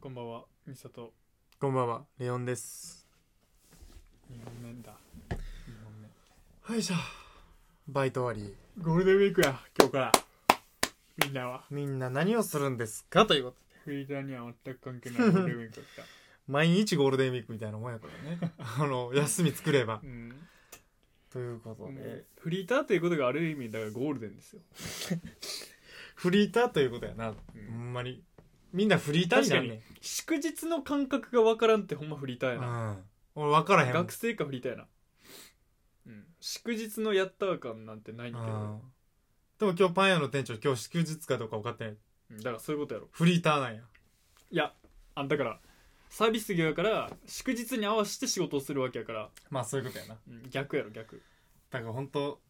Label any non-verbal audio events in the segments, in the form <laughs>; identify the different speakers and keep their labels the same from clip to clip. Speaker 1: こんばんは、みさと。
Speaker 2: こんばんは、レオンです。
Speaker 1: 2本目だ。2本
Speaker 2: はいしょ。バイト終わり。
Speaker 1: 目。ゴールデンウィークや、今日から。みんなは。
Speaker 2: みんな何をするんですかということで。
Speaker 1: フリーターには全く関係
Speaker 2: <laughs>
Speaker 1: ないゴールデンウィークだっ
Speaker 2: 毎日ゴールデンウィークみたいなもんやから <laughs> ね。あの、休み作れば
Speaker 1: た。。うん。
Speaker 2: ということで。
Speaker 1: フリーターということがある意味、だからゴールデンですよ。
Speaker 2: フリーターということやな。
Speaker 1: うん
Speaker 2: ほんまに。みんなフリーターになるね。
Speaker 1: 祝日の感覚がわからんってほんまフリーター
Speaker 2: う
Speaker 1: やな。
Speaker 2: ん。俺分からへんもん。
Speaker 1: 学生かフリーターやな。うん。祝日のやったー感なんてないんだけど。
Speaker 2: うんでも今日パン屋の店長、今日祝日かどうか分かってない。
Speaker 1: うんだからそういうことやろ。
Speaker 2: フリーターなんや。
Speaker 1: いや、あんだから、サービス業やから、祝日に合わせて仕事をするわけやから、
Speaker 2: まあそういうことやな。
Speaker 1: うん逆やろ、逆。
Speaker 2: だから本当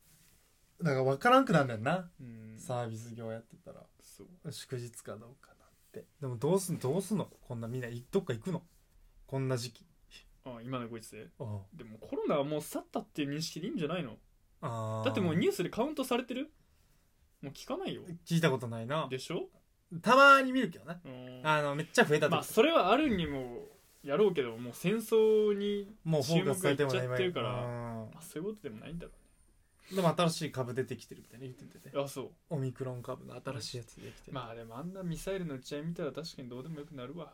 Speaker 2: だから分からんくなんだよな。
Speaker 1: うん。
Speaker 2: サービス業やってたら。
Speaker 1: そう。
Speaker 2: 祝日かどうかなんてでもどうすんどうすんのこんなみんなどっか行くのこんな時期
Speaker 1: あ今のご時世
Speaker 2: あ
Speaker 1: でもコロナはもう去ったっていう認識でいいんじゃないの
Speaker 2: あ
Speaker 1: だってもうニュースでカウントされてるもう聞かないよ
Speaker 2: 聞いたことないな
Speaker 1: でしょ
Speaker 2: たまに見るけどね
Speaker 1: うん
Speaker 2: あのめっちゃ増えた時、
Speaker 1: まあそれはあるにもやろうけどもう戦争に、
Speaker 2: もうフォーカスされてもない
Speaker 1: 注目がいっちゃってるから
Speaker 2: うん
Speaker 1: まあ、そういうことでもないんだろ
Speaker 2: でも新しい株出てきてるみたいな言ってて
Speaker 1: うねあそ
Speaker 2: オミクロン株の新しいやつできて
Speaker 1: う
Speaker 2: る、
Speaker 1: まあでもあんなミサイルの打ち合い見たら確かにどうでもよくなる
Speaker 2: <laughs>
Speaker 1: わ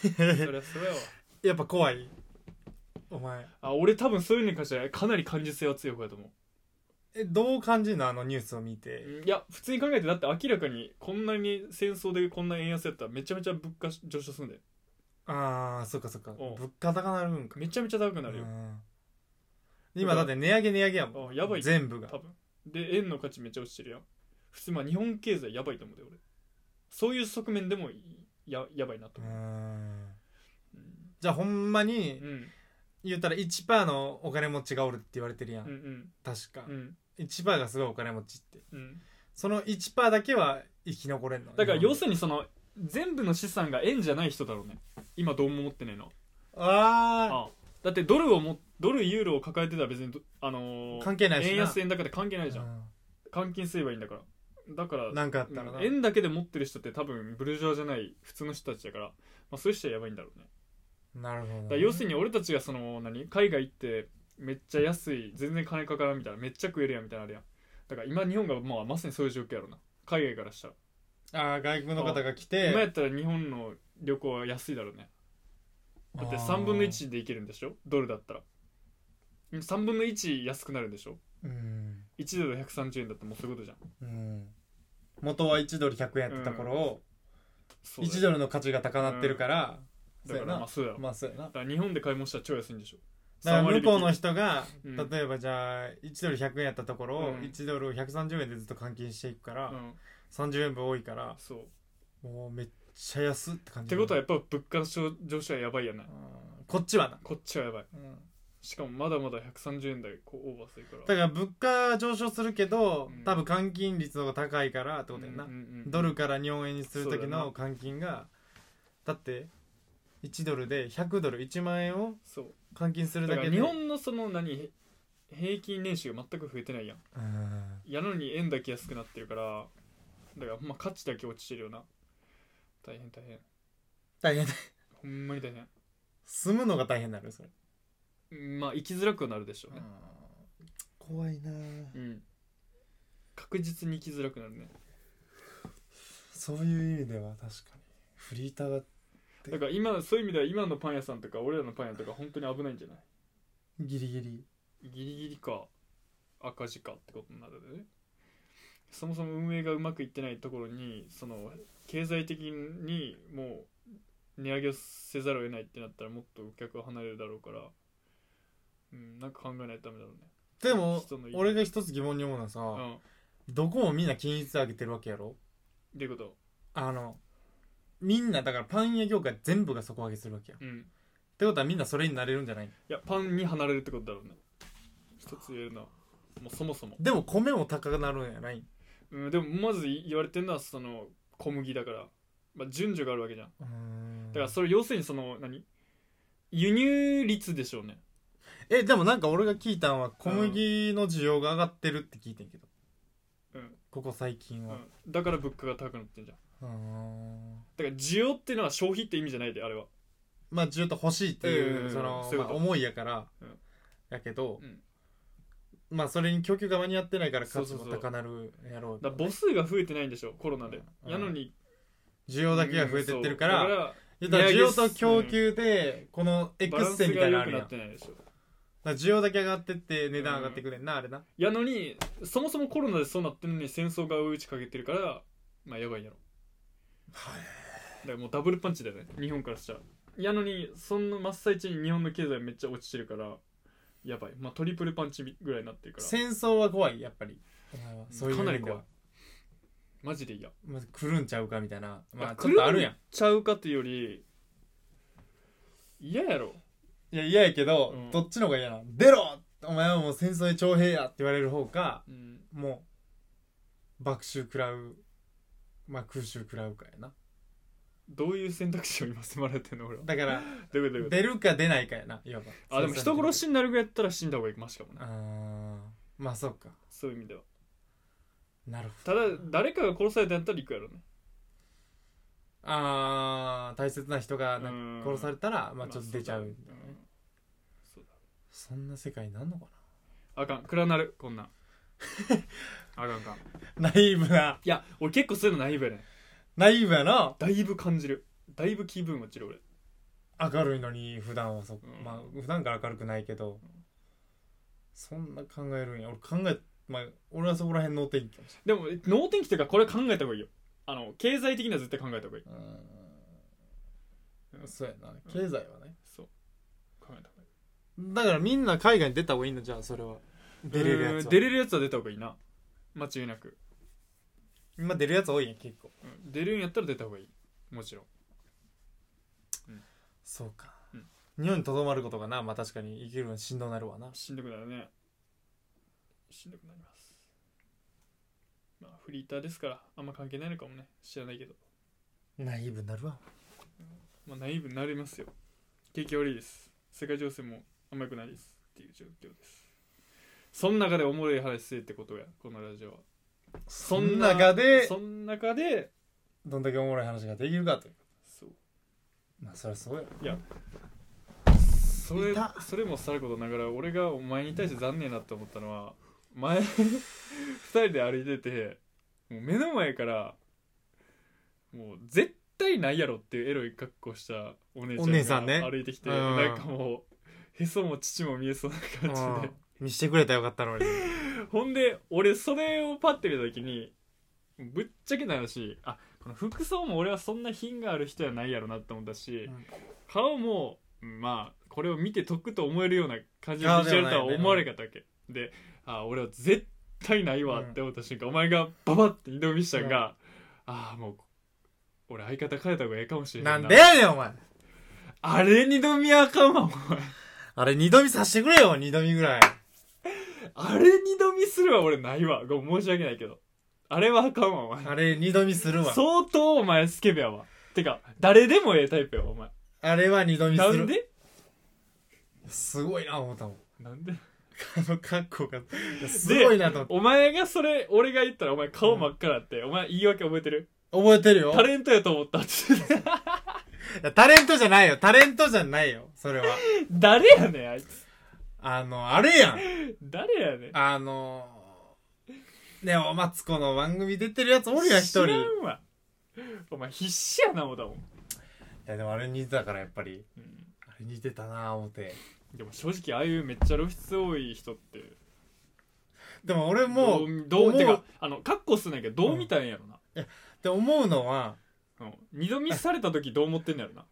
Speaker 1: そりゃそうやわ
Speaker 2: やっぱ怖いお前
Speaker 1: あ俺多分そういうのに関してはかなり感受性は強い方やと思
Speaker 2: えどう感じるのあのニュースを見
Speaker 1: う
Speaker 2: て、
Speaker 1: うんいや普通に考えてだって明らかにこんなに戦争でこんな円安やったらめちゃめちゃ物価上昇するんだよ
Speaker 2: ああそっかそっか
Speaker 1: おう
Speaker 2: 物価高なるんか
Speaker 1: めちゃめちゃ高くなるよ
Speaker 2: うん今だって値上げ値上げやもん
Speaker 1: あやばい
Speaker 2: 全部が
Speaker 1: 多分で円の価値めっちゃ落ちてるやん普通まあ日本経済やばいと思うで俺そういう側面でもいややばいなと
Speaker 2: う
Speaker 1: 思う、
Speaker 2: ん
Speaker 1: うん
Speaker 2: じゃあほんまに
Speaker 1: うん
Speaker 2: 言ったら1%のお金持ちがおるって言われてるやん、
Speaker 1: うんうん
Speaker 2: 確か、
Speaker 1: うん
Speaker 2: 1%がすごいお金持ちって
Speaker 1: うん
Speaker 2: その1%だけは生き残れんの
Speaker 1: だから要
Speaker 2: る
Speaker 1: するにその全部の資産が円じゃない人だろうね今どうも思ってねえのあ
Speaker 2: あ
Speaker 1: だってドルをもドルユーロを抱えてたら別にどあの
Speaker 2: あ
Speaker 1: ー
Speaker 2: 関係ないしな
Speaker 1: 円安円高で関係ないじゃん、
Speaker 2: う
Speaker 1: 換金すればいいんだからだから
Speaker 2: んなんかあったらな、
Speaker 1: うん円だけで持ってる人って多分ブルジョワじゃない普通の人たちだから、まあ、そういう人はやばいんだろうね
Speaker 2: なるほどね、
Speaker 1: だから要するに俺たちがその何海外行ってめっちゃ安い全然金かからんみたいなめっちゃ食えるやんみたいなのあるやんだから今日本がまあまさにそういう状況やろな海外からしたら、
Speaker 2: ああ外国の方が来て
Speaker 1: 今やったら日本の旅行は安いだろうねだって3分の1で行けるんでしょドルだったら3分の1安くなるんでしょ
Speaker 2: うん、
Speaker 1: 1ドル130円だったらもうそういうことじゃん
Speaker 2: うん、元は1ドル100円やってた頃を、
Speaker 1: そうだよ
Speaker 2: 1ドルの価値が高なってるから、そう
Speaker 1: だ
Speaker 2: や
Speaker 1: から
Speaker 2: な
Speaker 1: まあそうやろ、
Speaker 2: まあそうやな
Speaker 1: だから日本で買い物したら超安いんでしょ
Speaker 2: だから
Speaker 1: 3割
Speaker 2: 向
Speaker 1: 引き
Speaker 2: こうの人が、
Speaker 1: うん
Speaker 2: 例えばじゃあ1ドル100円やったところを
Speaker 1: うん
Speaker 2: 1ドルを130円でずっと換金していくから、
Speaker 1: うん
Speaker 2: 30円分多いから
Speaker 1: そうっ
Speaker 2: もうめっちゃ安って感じ
Speaker 1: てことはやっぱ物価の上昇はやばいやな
Speaker 2: うんこっちはな、
Speaker 1: こっちはやばいしかもまだまだ130円台こうオーバーするから
Speaker 2: だから物価上昇するけど、
Speaker 1: うん
Speaker 2: 多分換金率の方が高いからってことやな、
Speaker 1: うんうんうん
Speaker 2: ドルから日本円にする時
Speaker 1: そうだな
Speaker 2: の換金がだって1ドルで100ドル1万円を
Speaker 1: そう
Speaker 2: 換金する
Speaker 1: だ
Speaker 2: だ
Speaker 1: か
Speaker 2: け
Speaker 1: ら日
Speaker 2: で
Speaker 1: 本のその何平均年収が全く増えてないやん
Speaker 2: うん
Speaker 1: やのに円だけ安くなってるからだからほんま価値だけ落ちてるよな大変大変
Speaker 2: 大変だ
Speaker 1: ほんまに大変
Speaker 2: 住むのが大変になるそれ、
Speaker 1: うんまあ生きづらくはなるでしょうね
Speaker 2: 怖いな
Speaker 1: うん確実に生きづらくなるね
Speaker 2: そういう意味では確かにフリーターが
Speaker 1: だから今そういう意味では今のパン屋さんとか俺らのパン屋とか本当に危ないんじゃない
Speaker 2: ギリギリ
Speaker 1: ギリギリか赤字かってことになるでねそもそも運営がうまくいってないところにその経済的にもう値上げをせざるを得ないってなったらもっとお客は離れるだろうからうんなんか考えないとダメだろうね
Speaker 2: でも
Speaker 1: 人の意見
Speaker 2: 俺が一つ疑問に思うのは
Speaker 1: う
Speaker 2: さ
Speaker 1: ん
Speaker 2: どこもみんな均一上げてるわけやろ
Speaker 1: っていうこと
Speaker 2: あのみんなだからパン屋業界全部が底上げするわけやっ
Speaker 1: うん
Speaker 2: てことはみんなそれになれるんじゃない
Speaker 1: いやパンに離れるってことだろうね一つ言えるのはもうそもそも、
Speaker 2: でも米も高くなるんやない
Speaker 1: うん、でもまず言われてるのはその小麦だから、まあ、順序があるわけじゃん
Speaker 2: うん
Speaker 1: だからそれ要するにその何輸入率でしょうね
Speaker 2: えでもなんか俺が聞いたんは小麦の需要が上がってるって聞いてんけど、
Speaker 1: うん
Speaker 2: ここ最近は、
Speaker 1: うんだから物価が高くなってんじゃん
Speaker 2: あー
Speaker 1: だから需要っていうのは消費って意味じゃないであれは
Speaker 2: まあ需要と欲しいっていう、
Speaker 1: うん
Speaker 2: その
Speaker 1: そういうこと
Speaker 2: まあ思いやから、
Speaker 1: うん
Speaker 2: やけど、
Speaker 1: うん
Speaker 2: まあそれに供給が間に合ってないから
Speaker 1: そ
Speaker 2: 価値
Speaker 1: う
Speaker 2: も
Speaker 1: そうそう
Speaker 2: 高なるやろう
Speaker 1: だから母数が増えてないんでしょコロナで、
Speaker 2: うん
Speaker 1: やのに
Speaker 2: 需要だけが増えてってるから,、
Speaker 1: うんそう
Speaker 2: 言ったら
Speaker 1: 値
Speaker 2: 需
Speaker 1: 上げ
Speaker 2: 要と供給でこの
Speaker 1: だからバラ
Speaker 2: X
Speaker 1: ンス
Speaker 2: 線みた
Speaker 1: が
Speaker 2: いなの
Speaker 1: 良くなんっ
Speaker 2: あるやだか
Speaker 1: てないでしょ
Speaker 2: ら需要だけ上がってって値段上がってくれんな、あれな
Speaker 1: やのにそもそもコロナでそうなってるのに戦争が追い打ちかけてるからまあやばいんやろ
Speaker 2: はい
Speaker 1: だからもうダブルパンチだよね日本からしたらやのにその真っ最中に日本の経済めっちゃ落ちてるからやばいまあトリプルパンチぐらいになってるから
Speaker 2: 戦争は怖いやっぱりそういう
Speaker 1: かなり
Speaker 2: 面では
Speaker 1: 怖いマジで嫌
Speaker 2: まず来るんちゃうかみたいなま
Speaker 1: い
Speaker 2: あ
Speaker 1: や
Speaker 2: ちょっとあるやん
Speaker 1: 狂っちゃうかっていうより嫌やろ
Speaker 2: いや嫌やけど、
Speaker 1: うん
Speaker 2: どっちの方が嫌なの出ろお前はもう戦争で徴兵やって言われる方か
Speaker 1: うん
Speaker 2: もう爆臭食らうまあ空襲食らうかやな
Speaker 1: どういう選択肢を今迫られてんの俺は
Speaker 2: だから
Speaker 1: どういうことどういうこと
Speaker 2: 出るか出ないかやないわば
Speaker 1: あでも人殺
Speaker 2: し
Speaker 1: しになるぐらいやったら死んだ方がいいマシかもな
Speaker 2: あーまあそうか
Speaker 1: そういう意味では
Speaker 2: なるほど
Speaker 1: ただ誰かが殺されたんやったら行くやろね
Speaker 2: あー大切な人がな
Speaker 1: うん
Speaker 2: 殺されたらまあちょっと出ちゃう,、
Speaker 1: まあそうだねんそうだ
Speaker 2: そんな世界になんのか
Speaker 1: あかん暗なるこ
Speaker 2: <laughs>
Speaker 1: んなんあかんあかんい
Speaker 2: なナイーブな
Speaker 1: や俺結構そういうのナイーブやね
Speaker 2: ナイーブやな
Speaker 1: だいぶ感じるだいぶ気分落ちる俺
Speaker 2: 明るいのに普段はそ、
Speaker 1: うん
Speaker 2: まあ普段から明るくないけどそんな考えるんや俺考えまあ俺はそこら辺脳天気かもし
Speaker 1: でも脳天気というかこれ考えた方がいいよあの経済的には絶対考えた方がいい
Speaker 2: れんそうやな経済はね、
Speaker 1: そう考えた方がいい
Speaker 2: だからみんな海外に出た方がいいのじゃあそれは出れるやつ
Speaker 1: うん
Speaker 2: は
Speaker 1: 出れるやつは出た方がいいな間違いなく、
Speaker 2: 今出るやつ多いやん結構
Speaker 1: うん、出るんやったら出た方がいいもちろん
Speaker 2: そうか、
Speaker 1: うん
Speaker 2: 日本にとどまることがなまあ確かに生きるのしんどなるわな
Speaker 1: しんどくなるねしんどくなりますまあフリーターですからあんま関係ないのかもね知らないけど
Speaker 2: ナイーブになるわ
Speaker 1: まあナイーブになりますよ景気悪いです世界情勢もあんま良くないですっていう状況ですその中でおもろい話せってことやこのラジオは
Speaker 2: そん中で
Speaker 1: そん中で
Speaker 2: どんだけおもろい話ができるかという
Speaker 1: そう
Speaker 2: まあそりゃ <laughs> そうや
Speaker 1: それ
Speaker 2: いた
Speaker 1: それもさることながら俺がお前に対して残念だと思ったのは前2人で歩いててもう目の前からもう絶対ないやろっていうエロい格好したお姉
Speaker 2: お姉
Speaker 1: ち
Speaker 2: さ
Speaker 1: ゃ
Speaker 2: ん
Speaker 1: ん
Speaker 2: ね
Speaker 1: が歩いてきて、
Speaker 2: うん
Speaker 1: なんかもうへそも乳も見えそうな感じで
Speaker 2: 見してくれたらよかった <laughs> のに
Speaker 1: ほんで俺それをパッて見た時にぶっちゃけな話あこの服装も俺はそんな品がある人やないやろなって思ったし、
Speaker 2: うん
Speaker 1: 顔もまあこれを見て得と思えるような感じのビジュアルとは思われなかったわけであ俺は絶対ないわって思った瞬間、お前がババって二度見したんが、ああもう俺相方変えた方がええかもしれな
Speaker 2: ないんでやねんお前
Speaker 1: あれ二度見あかんわお前
Speaker 2: あれ二度見させてくれよ二度見ぐらい
Speaker 1: あれ二度見するわ俺ないわごめん申し訳ないけどあれはあかんわお前
Speaker 2: あれ二度見するわ
Speaker 1: 相当お前スケベやわてか誰でもええタイプやわお前
Speaker 2: あれは二度見す
Speaker 1: な
Speaker 2: る
Speaker 1: んです
Speaker 2: ごいな思ったもん
Speaker 1: なんで
Speaker 2: あの格好がいやすごいなと思って
Speaker 1: お前がそれ俺が言ったらお前顔真っ赤だって、お前言い訳覚えてる
Speaker 2: 覚えてるよ
Speaker 1: タレントやと思ったって <laughs>
Speaker 2: いやタレントじゃないよタレントじゃないよそれは
Speaker 1: 誰やねんあいつ
Speaker 2: あのあれやん
Speaker 1: 誰やねん
Speaker 2: あのねおマツコの番組出てるやつおるやん一人
Speaker 1: 知
Speaker 2: い
Speaker 1: らんわお前必死やな思ったもん、
Speaker 2: やでもあれ似てたからやっぱり
Speaker 1: うん
Speaker 2: あれ似てたな思って
Speaker 1: でも正直ああいうめっちゃ露出多い人って
Speaker 2: でも俺も
Speaker 1: どう
Speaker 2: 思
Speaker 1: どう
Speaker 2: う
Speaker 1: てかあの格好すんねんけどどう見たんやろな、
Speaker 2: って思うのは
Speaker 1: うん二度見された時どう思ってんのやろ
Speaker 2: <laughs>
Speaker 1: な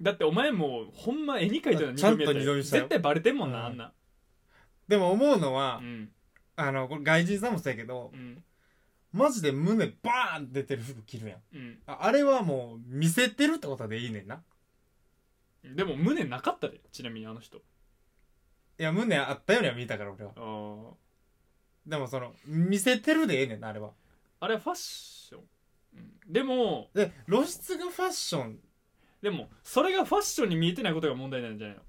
Speaker 1: だってお前もうほんま絵に描いたの
Speaker 2: ちゃんと
Speaker 1: やった
Speaker 2: 二度見したよ
Speaker 1: 絶対バレてんもんな、
Speaker 2: うん
Speaker 1: あんな
Speaker 2: でも思うのは
Speaker 1: う、ん
Speaker 2: あのこれ外人さんもそうやけど
Speaker 1: うん
Speaker 2: マジで胸バーン出てる服着るやん
Speaker 1: うん
Speaker 2: ああれはもう見せてるってことでいいねんな
Speaker 1: でも胸なかったでちなみにあの人
Speaker 2: いや胸あったようには見えたから俺は
Speaker 1: あー
Speaker 2: でもその見せてるでええねんなあれは
Speaker 1: あれはファッション、うん、でも
Speaker 2: で露出がファッション
Speaker 1: でもそれがファッションに見えてないことが問題なんじゃないの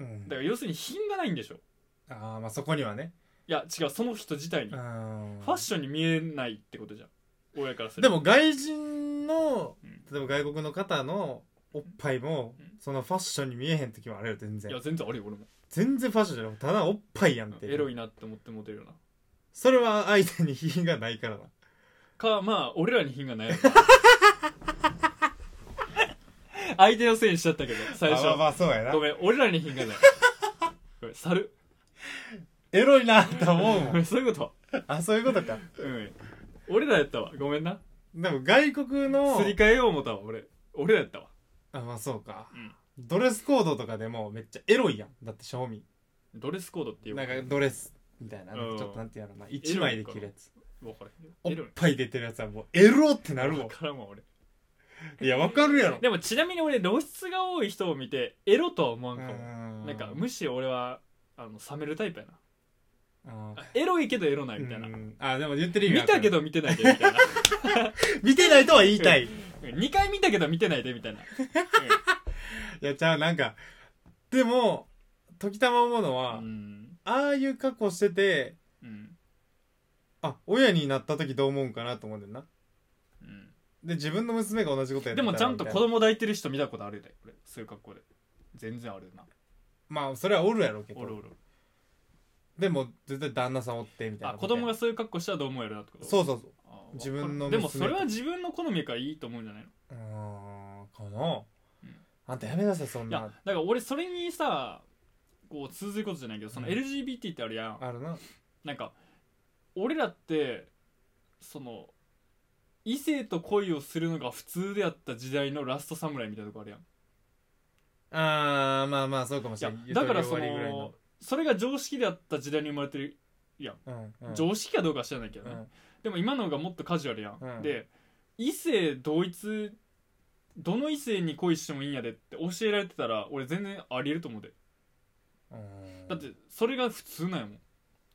Speaker 2: うん
Speaker 1: だから要するに品がないんでしょ
Speaker 2: ああまあそこにはね
Speaker 1: いや違うその人自体に
Speaker 2: う
Speaker 1: フ
Speaker 2: ん
Speaker 1: ァッションに見えないってことじゃん親からすれ
Speaker 2: で
Speaker 1: ば
Speaker 2: も外人の
Speaker 1: うん
Speaker 2: 例えば外国の方のおっぱいも
Speaker 1: うん
Speaker 2: そのファッションに見えへん時もあるよ全
Speaker 1: い
Speaker 2: 然
Speaker 1: や全然あるよ俺も
Speaker 2: 全然ファッションじゃなくてただおっぱいやんって
Speaker 1: エロいなって思ってモテるよな
Speaker 2: それは相手に品がないからな
Speaker 1: かまあ俺らに品がないやろ相手のせいにしちゃったけど最初
Speaker 2: あまあまあそうやな
Speaker 1: ごめん俺らに品がないごめん猿
Speaker 2: エロいなって思う
Speaker 1: ご <laughs>
Speaker 2: も
Speaker 1: め
Speaker 2: ん
Speaker 1: んそういうこと
Speaker 2: あそういうことか
Speaker 1: うん俺らやったわごめんな
Speaker 2: でも外国の
Speaker 1: すり替えよう思ったわ俺俺らやったわ
Speaker 2: あまあそうか
Speaker 1: うん
Speaker 2: ドレスコードとかでもめっちゃエロいやんだって賞味
Speaker 1: ドレスコードっていう
Speaker 2: なん
Speaker 1: わ
Speaker 2: か
Speaker 1: か
Speaker 2: ドレスみたいなち
Speaker 1: うん
Speaker 2: ょっとなんていうのかな1枚で着るやつ
Speaker 1: らへんよ
Speaker 2: おっ
Speaker 1: エロい
Speaker 2: ぱい出てるやつはもうエロってなるも
Speaker 1: わ
Speaker 2: ん
Speaker 1: からんわ俺
Speaker 2: いやわかるやろ
Speaker 1: でもちなみに俺露出が多い人を見てエロとは思わんかも
Speaker 2: な
Speaker 1: なんかむしろ俺はあの冷めるタイプやな
Speaker 2: あ
Speaker 1: あエロいけどエロないみたいな
Speaker 2: あでも言ってる意味
Speaker 1: 見
Speaker 2: わかる
Speaker 1: たけど見てないでみたいな
Speaker 2: 見てないとは言いたいい
Speaker 1: 2回見たけど見てないでみたいな
Speaker 2: やちゃうなんかでも時たま思うのは、
Speaker 1: うん
Speaker 2: ああいう格好してて
Speaker 1: うん
Speaker 2: あ親になった時どう思うんかなと思うんだよな
Speaker 1: うん
Speaker 2: で自分の娘が同じことやって
Speaker 1: で
Speaker 2: たら
Speaker 1: もちゃんと
Speaker 2: み
Speaker 1: 子
Speaker 2: たいな
Speaker 1: 供抱いてる人見たことあるで俺そういう格好で全然あるな
Speaker 2: まあそれはおるやろうけ
Speaker 1: おる
Speaker 2: ど
Speaker 1: おる
Speaker 2: でも絶対旦那さんおってみたいな
Speaker 1: あ子供が
Speaker 2: そ
Speaker 1: そういう格好したらどう思うやろなってこ
Speaker 2: う
Speaker 1: と
Speaker 2: そうそう
Speaker 1: あわかる
Speaker 2: 自分の娘
Speaker 1: でもそれは自分の好みやからいいと思うんじゃないの
Speaker 2: うーんかな
Speaker 1: うん
Speaker 2: あんたやめなさいそん
Speaker 1: いや
Speaker 2: な
Speaker 1: だから俺それにさこう通ずることじゃないけどその
Speaker 2: うん
Speaker 1: LGBT ってあるやん、
Speaker 2: あるな
Speaker 1: なんか俺らってその異性と恋をするのが普通であった時代のラストサムライみたいなとこあるやん
Speaker 2: あーまあまあそうかもしれない
Speaker 1: いやだからそ
Speaker 2: ゆとり終わりぐらい
Speaker 1: のそれが常識であった時代に生まれてる、
Speaker 2: のうん
Speaker 1: 常識かどうかは知らないけどね、
Speaker 2: うん
Speaker 1: でも今の方がもっとカジュアルやん、
Speaker 2: うん
Speaker 1: で異性同一どの異性に恋してもいいんやでって教えられてたら俺全然ありえると思うで
Speaker 2: うん
Speaker 1: だってそれが普通なんやもん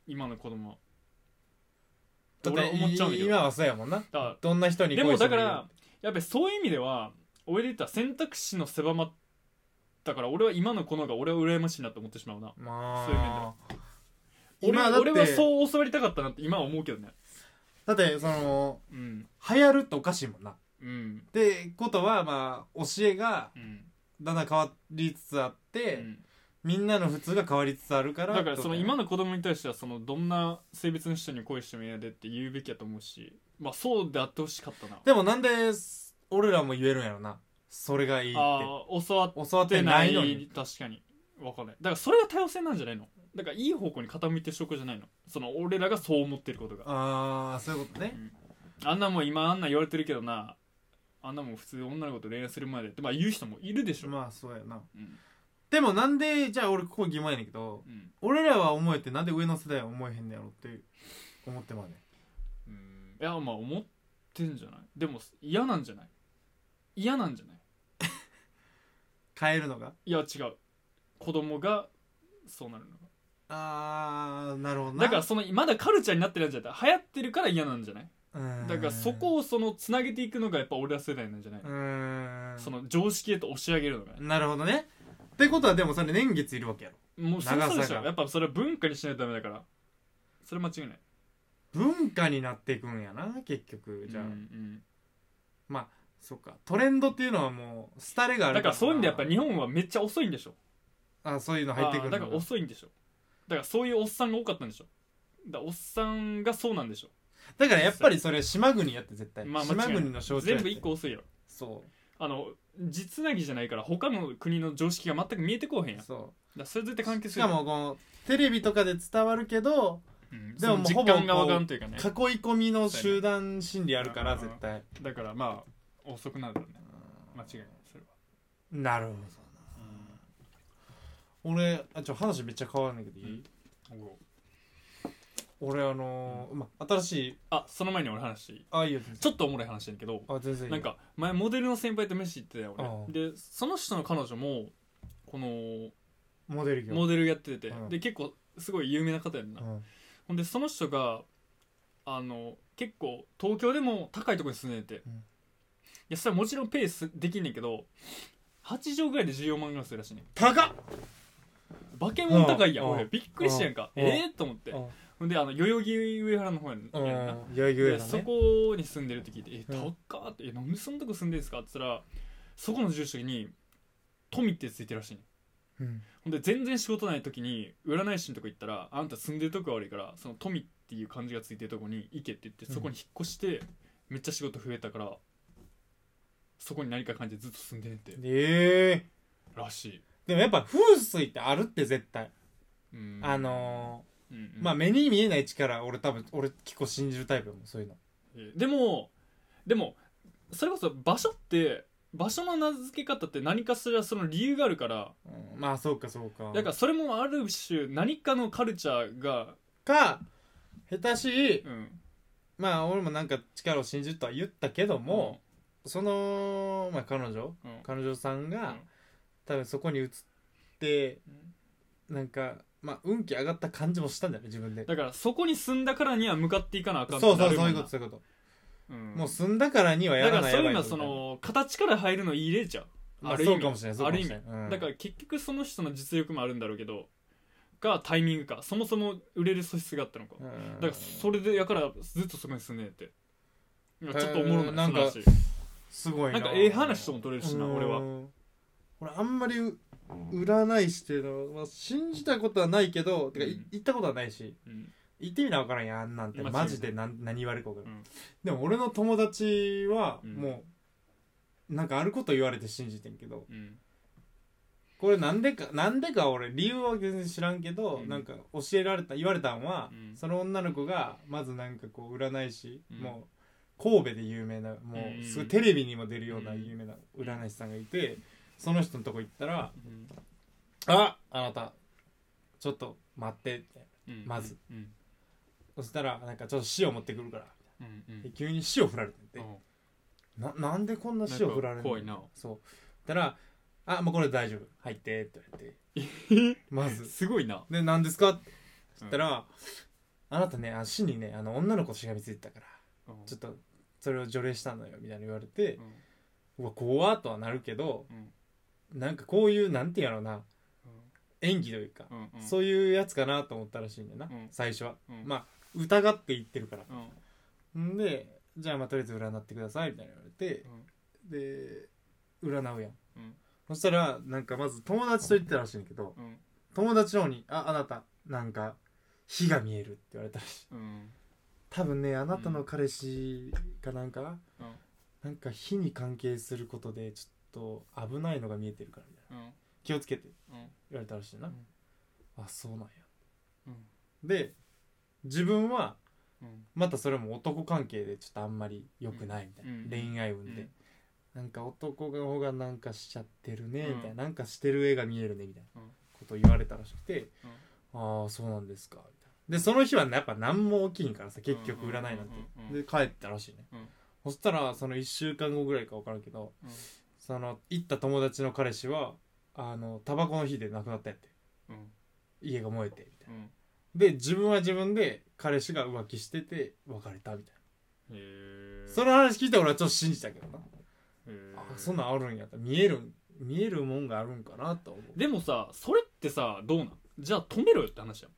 Speaker 1: 今の子供は
Speaker 2: だって
Speaker 1: 俺は思っちゃうんやけど
Speaker 2: 今はそうやもんな
Speaker 1: だから
Speaker 2: どんな人に
Speaker 1: でも
Speaker 2: して
Speaker 1: だ
Speaker 2: いい
Speaker 1: からやっぱりそういう意味では俺で言ったら選択肢の狭まったから俺は今の子の方が俺は羨ましいなと思ってしまうな
Speaker 2: ま
Speaker 1: そういう面で
Speaker 2: あ
Speaker 1: 俺
Speaker 2: 今だって
Speaker 1: 俺はそう教わりたかったなって今は思うけどね
Speaker 2: だってその
Speaker 1: うん
Speaker 2: 流行るっておかしいもんなっ
Speaker 1: うん
Speaker 2: てことはまあ教えが
Speaker 1: うん
Speaker 2: だんだん変わりつつあっ
Speaker 1: う
Speaker 2: て、
Speaker 1: ん
Speaker 2: みんなの普通が変わりつつあるから
Speaker 1: だからその
Speaker 2: と
Speaker 1: 今の子供に対してはそのどんな性別の人に恋してもいいやでって言うべきやと思うしまあそうであってほしかったな
Speaker 2: でもなんで俺らも言えるんやろなそれがいいって
Speaker 1: ああ教わっ
Speaker 2: 教わって
Speaker 1: て
Speaker 2: な
Speaker 1: ないい
Speaker 2: のに
Speaker 1: 確かに分かんないだからそれが多様性なんじゃないのだからいい方向に傾いてる証拠じゃないのその俺らがそう思ってることが
Speaker 2: ああそういうことね
Speaker 1: あんなもん今あんなん言われてるけどなあんなもん普通女の子と恋愛する前でってまあ言う人もいるでしょ、
Speaker 2: まあそうやな
Speaker 1: うん
Speaker 2: でもなんでじゃあ俺ここ疑問やねんけど
Speaker 1: うん
Speaker 2: 俺らは思えてなんで上の世代は思えへんねやろって思ってまうね
Speaker 1: いやまあ思ってんじゃないでも嫌なんじゃない嫌なんじゃない
Speaker 2: 変えるのが
Speaker 1: いや違う子供がそうなるのが
Speaker 2: あーなるほどな
Speaker 1: だからそのまだカルチャーになってないんじゃない流行ってるから嫌なんじゃない
Speaker 2: ら
Speaker 1: だからそこをそのつなげていくのがやっぱ俺ら世代なんじゃないう
Speaker 2: ーん
Speaker 1: その常識へと押し上げるのがね
Speaker 2: なるほどねってことはでもそれ年月いるわけやろ
Speaker 1: もうそうそうでし
Speaker 2: 長さ
Speaker 1: ょ
Speaker 2: が
Speaker 1: やっぱそれは文化にしないとダメだからそれ間違いない
Speaker 2: 文化になっていくんやな結局じゃあ、
Speaker 1: うんうん
Speaker 2: そっかトレンドっていうのはもう廃れがある
Speaker 1: だからそういう意味でやっぱ日
Speaker 2: 本
Speaker 1: 本はめっちゃ遅いんでしょ
Speaker 2: あそういうの入ってくる
Speaker 1: あー
Speaker 2: の
Speaker 1: だから遅いんでしょだからそういうおっさんが多かったんでしょだからおっさんがそうなんでしょ
Speaker 2: だからやっぱりそれ島国やって絶対、
Speaker 1: まあ間違いな
Speaker 2: 島
Speaker 1: い
Speaker 2: 国の象徴や
Speaker 1: 全
Speaker 2: って
Speaker 1: 部一個遅いよ
Speaker 2: そ
Speaker 1: あの実なぎじゃないから他の国の常識が全く見えてこうへんやん
Speaker 2: う
Speaker 1: だか
Speaker 2: そ
Speaker 1: らそれ絶対関係
Speaker 2: う
Speaker 1: す
Speaker 2: し
Speaker 1: る
Speaker 2: かもこのテレビとかで伝わるけど
Speaker 1: うん
Speaker 2: でももう
Speaker 1: その
Speaker 2: ほぼ
Speaker 1: 実感がわからんというかね
Speaker 2: 囲い込みの集団心理あるから
Speaker 1: そう
Speaker 2: 絶
Speaker 1: やね
Speaker 2: 対
Speaker 1: だからまあ遅くなるよね間違いないそれは
Speaker 2: なるほどな俺あちょ話めっちゃ変わるんだけどいい、俺あのーまあ新しい
Speaker 1: あその前に俺話していい
Speaker 2: あいいよ全然
Speaker 1: ちょっとおもろい話なんだけど
Speaker 2: あ全然いい
Speaker 1: なんか前モデルの先輩と飯行ってたよ
Speaker 2: ああ
Speaker 1: 俺でその人の彼女もこの
Speaker 2: モデル業
Speaker 1: モデルやってて、
Speaker 2: うん
Speaker 1: で結構すごい有名な方やんな、
Speaker 2: うん
Speaker 1: ほんでその人があの結構東京でも高いところに住んでて、
Speaker 2: うん
Speaker 1: いやそれはもちろんペースできんねんけど8畳ぐらいで14万ぐらいするらしいねん
Speaker 2: 高っ
Speaker 1: バケモン高いやん、
Speaker 2: うん
Speaker 1: 俺びっくりしてんやんか、
Speaker 2: うん
Speaker 1: ええー、と思って、
Speaker 2: うん
Speaker 1: ほんであの代々木上原の方やんや
Speaker 2: うん
Speaker 1: んなで
Speaker 2: 弥生上だ
Speaker 1: そ
Speaker 2: ね
Speaker 1: こに住んでるって聞いて「え
Speaker 2: う
Speaker 1: 高
Speaker 2: ん
Speaker 1: っか?」って「えなんでそんなとこ住んでるんですか?」って言ったらそこの住所に「富」ってついてるらしいね
Speaker 2: うん
Speaker 1: ほんで全然仕事ない時に占い師のとこ行ったら「あんた住んでるとこが悪いからその富」っていう漢字がついてるとこに行けって言ってそこに引っ越してめっちゃ仕事増えたからそこに何か感じでずっと住んでんねんって
Speaker 2: ええ
Speaker 1: らしい。
Speaker 2: でもやっぱ風水ってあるって絶対
Speaker 1: うん
Speaker 2: あの
Speaker 1: うんうん
Speaker 2: ーまあ目に見えない力俺多分俺結構信じるタイプやもんそういうの
Speaker 1: えーでもでもそれこそ場所って場所の名付け方って何かしらその理由があるから
Speaker 2: うんまあそうかそうか
Speaker 1: だからそれもある種何かのカルチャーが、
Speaker 2: か下手しい
Speaker 1: うん、
Speaker 2: まあ俺もなんか力を信じるとは言ったけども、その、まあ、彼女
Speaker 1: うん、うん
Speaker 2: 彼女さんが、
Speaker 1: うん
Speaker 2: 多分そこに移ってなんかまあ運気上がった感じもしたんだよね自分で
Speaker 1: だからそこに住んだからには向かっていかなあか
Speaker 2: そ
Speaker 1: ん
Speaker 2: う
Speaker 1: って
Speaker 2: そう
Speaker 1: な
Speaker 2: そう
Speaker 1: るもん
Speaker 2: いう
Speaker 1: な
Speaker 2: ことそういうこと、
Speaker 1: うん
Speaker 2: もう住んだからにはや
Speaker 1: だからら
Speaker 2: ない
Speaker 1: そういう
Speaker 2: や
Speaker 1: の
Speaker 2: ば
Speaker 1: はいそ
Speaker 2: ぞみたいな
Speaker 1: の形から入るの入れちゃう、
Speaker 2: まあ
Speaker 1: ある意味
Speaker 2: そうかもしれないそうかもしれない、うん
Speaker 1: だから結局その人の実力もあるんだろうけどがタイミングかそもそも売れる素質があったのか、
Speaker 2: うん
Speaker 1: だからそれでやからずっとそこに住んでんっていやちょっとおもろ
Speaker 2: えー
Speaker 1: な
Speaker 2: ないん
Speaker 1: その
Speaker 2: か
Speaker 1: 話
Speaker 2: すごい
Speaker 1: な
Speaker 2: なん
Speaker 1: かええ話とも取れるしな
Speaker 2: うん
Speaker 1: 俺は
Speaker 2: 俺あんまりう占い師っていうのは、まあ、信じたことはないけどてかい
Speaker 1: うん
Speaker 2: 行ったことはないし
Speaker 1: うん
Speaker 2: 行ってみな分からんやんあんなんて
Speaker 1: まあ
Speaker 2: マジで何何言われるか分からん
Speaker 1: うん
Speaker 2: でも俺の友達は
Speaker 1: うん
Speaker 2: もうなんかあること言われて信じてんけど
Speaker 1: うん
Speaker 2: これなんでかなんでか俺理由は全然知らんけど
Speaker 1: うん
Speaker 2: なんか教えられた言われたんは
Speaker 1: うん
Speaker 2: その女の子がまずなんかこう占い師
Speaker 1: うん
Speaker 2: もう神戸で有名なも
Speaker 1: うん
Speaker 2: うすごいテレビにも出るような有名な占い師さんがいてその人のとこ行ったら
Speaker 1: うん
Speaker 2: 「ああなたちょっと待って」って
Speaker 1: うん
Speaker 2: まず
Speaker 1: うん
Speaker 2: そしたらなんかちょっと塩持ってくるから
Speaker 1: うんうん
Speaker 2: で急に塩振られてんて
Speaker 1: うん
Speaker 2: ななんでこんな塩振られるの
Speaker 1: 怖いな
Speaker 2: そうたら「あもうこれ大丈夫入って」って
Speaker 1: <laughs>
Speaker 2: 言われてまず
Speaker 1: すごいな
Speaker 2: 「で何ですか?」って言ったら「あなたねあ死にねあの女の子しがみついてたから
Speaker 1: うん
Speaker 2: ちょっとそれを除霊したのよ」みたいな言われて
Speaker 1: うん
Speaker 2: 「うわ怖っ」とはなるけど
Speaker 1: うん
Speaker 2: なんかこういうなんていうんやろうな演技というか、
Speaker 1: うんうん
Speaker 2: そういうやつかなと思ったらしいんだよな、
Speaker 1: うん
Speaker 2: 最初は、
Speaker 1: うん
Speaker 2: まあ疑って言ってるから
Speaker 1: う、ん
Speaker 2: ん、でじゃあまあとりあえず占ってくださいみたいな言われて、
Speaker 1: うん
Speaker 2: で占うやん、
Speaker 1: うん
Speaker 2: そしたらなんかまず友達と言ってたらしいんだけど
Speaker 1: うん
Speaker 2: 友達の方に「ああなたなんか火が見える」って言われたらしい
Speaker 1: うん
Speaker 2: 多分ねあなたの彼氏かなんか、
Speaker 1: うん
Speaker 2: なんか火に関係することでちょっと危ないのが見えてるからみたいな
Speaker 1: うん
Speaker 2: 気をつけて
Speaker 1: うん
Speaker 2: 言われたらしいな、
Speaker 1: うん
Speaker 2: あそうなんや
Speaker 1: うん
Speaker 2: で自分は
Speaker 1: うん
Speaker 2: またそれも男関係でちょっとあんまり良くないみたいな、
Speaker 1: うん
Speaker 2: 恋愛運で、
Speaker 1: うん
Speaker 2: なんか男の方がなんかしちゃってるね
Speaker 1: うん
Speaker 2: みたいな、なんかしてる絵が見えるねみたいな
Speaker 1: うん
Speaker 2: ことを言われたらしくて、ああそうなんですかみたいなでその日はねやっぱ何も起きんからさ結局占いなんて、
Speaker 1: うんうんうんうん
Speaker 2: で帰ったらしいね、
Speaker 1: うん
Speaker 2: そしたらその1週間後ぐらいか分からんけど、
Speaker 1: うん
Speaker 2: その行った友達の彼氏はあのタバコの火で亡くなったんやって
Speaker 1: うん
Speaker 2: 家が燃えてみたいな
Speaker 1: うん
Speaker 2: で自分は自分で彼氏が浮気してて別れたみたい
Speaker 1: へー
Speaker 2: なその話聞いて俺はちょっと信じたけどな、
Speaker 1: へー
Speaker 2: あそんなんあるんやった見えるん見えるもんがあるんかなと思う
Speaker 1: でもさそれってさどうなんじゃあ止めろよって話やん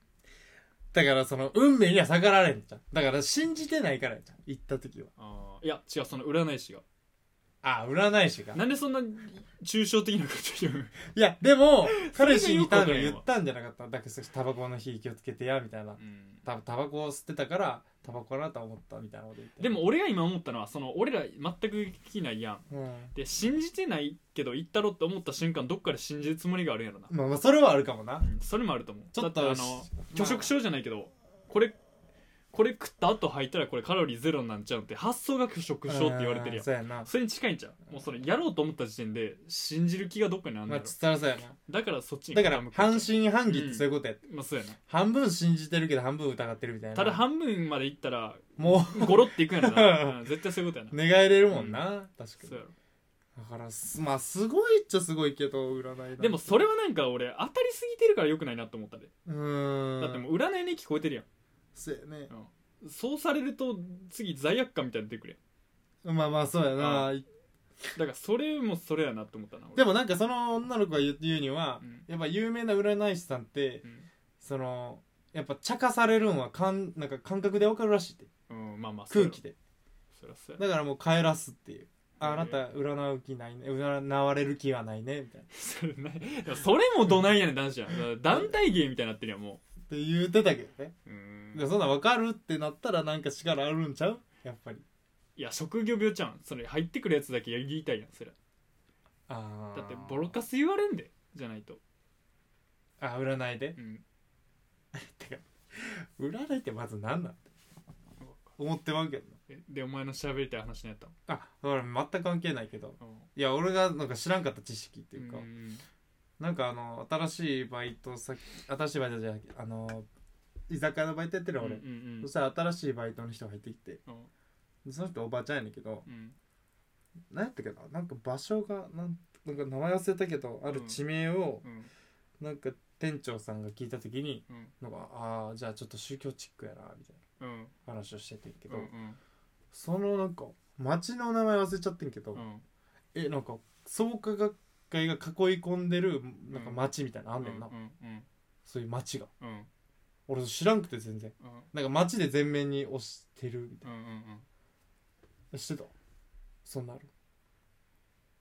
Speaker 2: だからその運命には逆らわれんじゃんだから信じてないからやじゃん行った時は
Speaker 1: あーいや違うその占い師が
Speaker 2: あ占い師が
Speaker 1: なんでそんな抽象的なこと言う
Speaker 2: いや
Speaker 1: <laughs>
Speaker 2: でも
Speaker 1: それ
Speaker 2: 彼
Speaker 1: が
Speaker 2: 氏
Speaker 1: よ
Speaker 2: に
Speaker 1: くわ
Speaker 2: 多
Speaker 1: かん
Speaker 2: 分
Speaker 1: ないわ
Speaker 2: 言ったんじゃなかっただけどタバコの火気をつけてやみたいな
Speaker 1: うん
Speaker 2: たタバコを吸ってたからタバコかなと思ったみたいなこと言って
Speaker 1: でも俺が今思ったのはその俺ら全く聞きないやん
Speaker 2: うん
Speaker 1: で信じてないけど言ったろって思った瞬間どっかで信じるつもりがあるんやろな、
Speaker 2: まあまあそれはあるかもな
Speaker 1: うんそれもあると思う
Speaker 2: ちょっと
Speaker 1: だってあの拒食症じゃないけどこれこれ食った後吐いたらこれカロリーゼロになっちゃうんって発想が拒食症って言われてるや
Speaker 2: うんそうやな
Speaker 1: それに近いんちゃうもうそれやろうと思った時点で信じる気がどっかにあるん
Speaker 2: ま
Speaker 1: だ
Speaker 2: あ
Speaker 1: ろ、
Speaker 2: ちったらそうやな
Speaker 1: だからそっちに
Speaker 2: だから
Speaker 1: 傾くんちゃう
Speaker 2: 半信半疑ってそういうことやって
Speaker 1: まあそうやな
Speaker 2: 半分信じてるけど半分疑ってるみたいな
Speaker 1: ただ半分までいったら
Speaker 2: も
Speaker 1: ゴロっていくんやろ
Speaker 2: <laughs>
Speaker 1: な、うん絶対そういうことやな、
Speaker 2: う寝返れるもんな確
Speaker 1: そうや
Speaker 2: かに
Speaker 1: ろ
Speaker 2: だからすまあすごいっちゃすごいけど占いなんて
Speaker 1: でもそれはなんか俺当たりすぎてるからよくないなと思ったで、
Speaker 2: うーん
Speaker 1: だってもう占いに聞こえてるやん
Speaker 2: そうやね
Speaker 1: そうされると次罪悪感みたいに出てくる
Speaker 2: まあまあそうやな
Speaker 1: やんだからそれもそれやなって思ったな俺
Speaker 2: でもなんかその女の子が言う言うには
Speaker 1: うん
Speaker 2: やっぱ有名な占い師さんって
Speaker 1: うん
Speaker 2: そのやっぱ茶化されるんはかんなんか感覚でわかるらしいって
Speaker 1: うんまあまあ
Speaker 2: 空気で
Speaker 1: そりゃそうや
Speaker 2: だからもう帰らすっていうあ
Speaker 1: へえ
Speaker 2: あなた占う気ないね占われる気はないねみたいなっ
Speaker 1: それないでもそれもどないやねん男子やんだから団体芸みたいになってるやんも
Speaker 2: て言ってたけどね
Speaker 1: ううん
Speaker 2: でそんなんわかるってなったらなんか力あるんちゃうやっぱり
Speaker 1: いや職業病ちゃうんそれ入ってくるやつだけやりたいやんそれ
Speaker 2: あー
Speaker 1: だってボロカス言われんでじゃないと
Speaker 2: あ占いで
Speaker 1: うん
Speaker 2: てか占いってまず何なんて思ってまうけどな
Speaker 1: えでお前の喋りたい話になったの
Speaker 2: あだから全く関係ないけど
Speaker 1: うん
Speaker 2: いや俺がなんか知らんかった知識っていうか、
Speaker 1: ん
Speaker 2: なんかあの新しいバイト先新しいバイトじゃなくてあの居酒屋のバイトやってる俺、
Speaker 1: うんうん
Speaker 2: そしたら新しいバイトの人入ってきて
Speaker 1: うん
Speaker 2: でその人おばちゃんやねんけど
Speaker 1: うん
Speaker 2: 何やったっけななんか場所がなんなんか名前忘れたけどある地名を
Speaker 1: うん
Speaker 2: なんか店長さんが聞いた時に
Speaker 1: うん
Speaker 2: なんかああじゃあちょっと宗教チックやなみたい
Speaker 1: うん
Speaker 2: な話をしててんけど、
Speaker 1: うんうん
Speaker 2: そのなんか町の名前忘れちゃってんけど、
Speaker 1: うん
Speaker 2: えなんか創価学会が囲い込んでるなんか町みたいなのあんねんな、
Speaker 1: うんうん
Speaker 2: そういう町が
Speaker 1: うんうん
Speaker 2: 俺知らんくて全然
Speaker 1: うん
Speaker 2: なんか町で全面に押してるみたい
Speaker 1: うんうん
Speaker 2: なしてたそんなの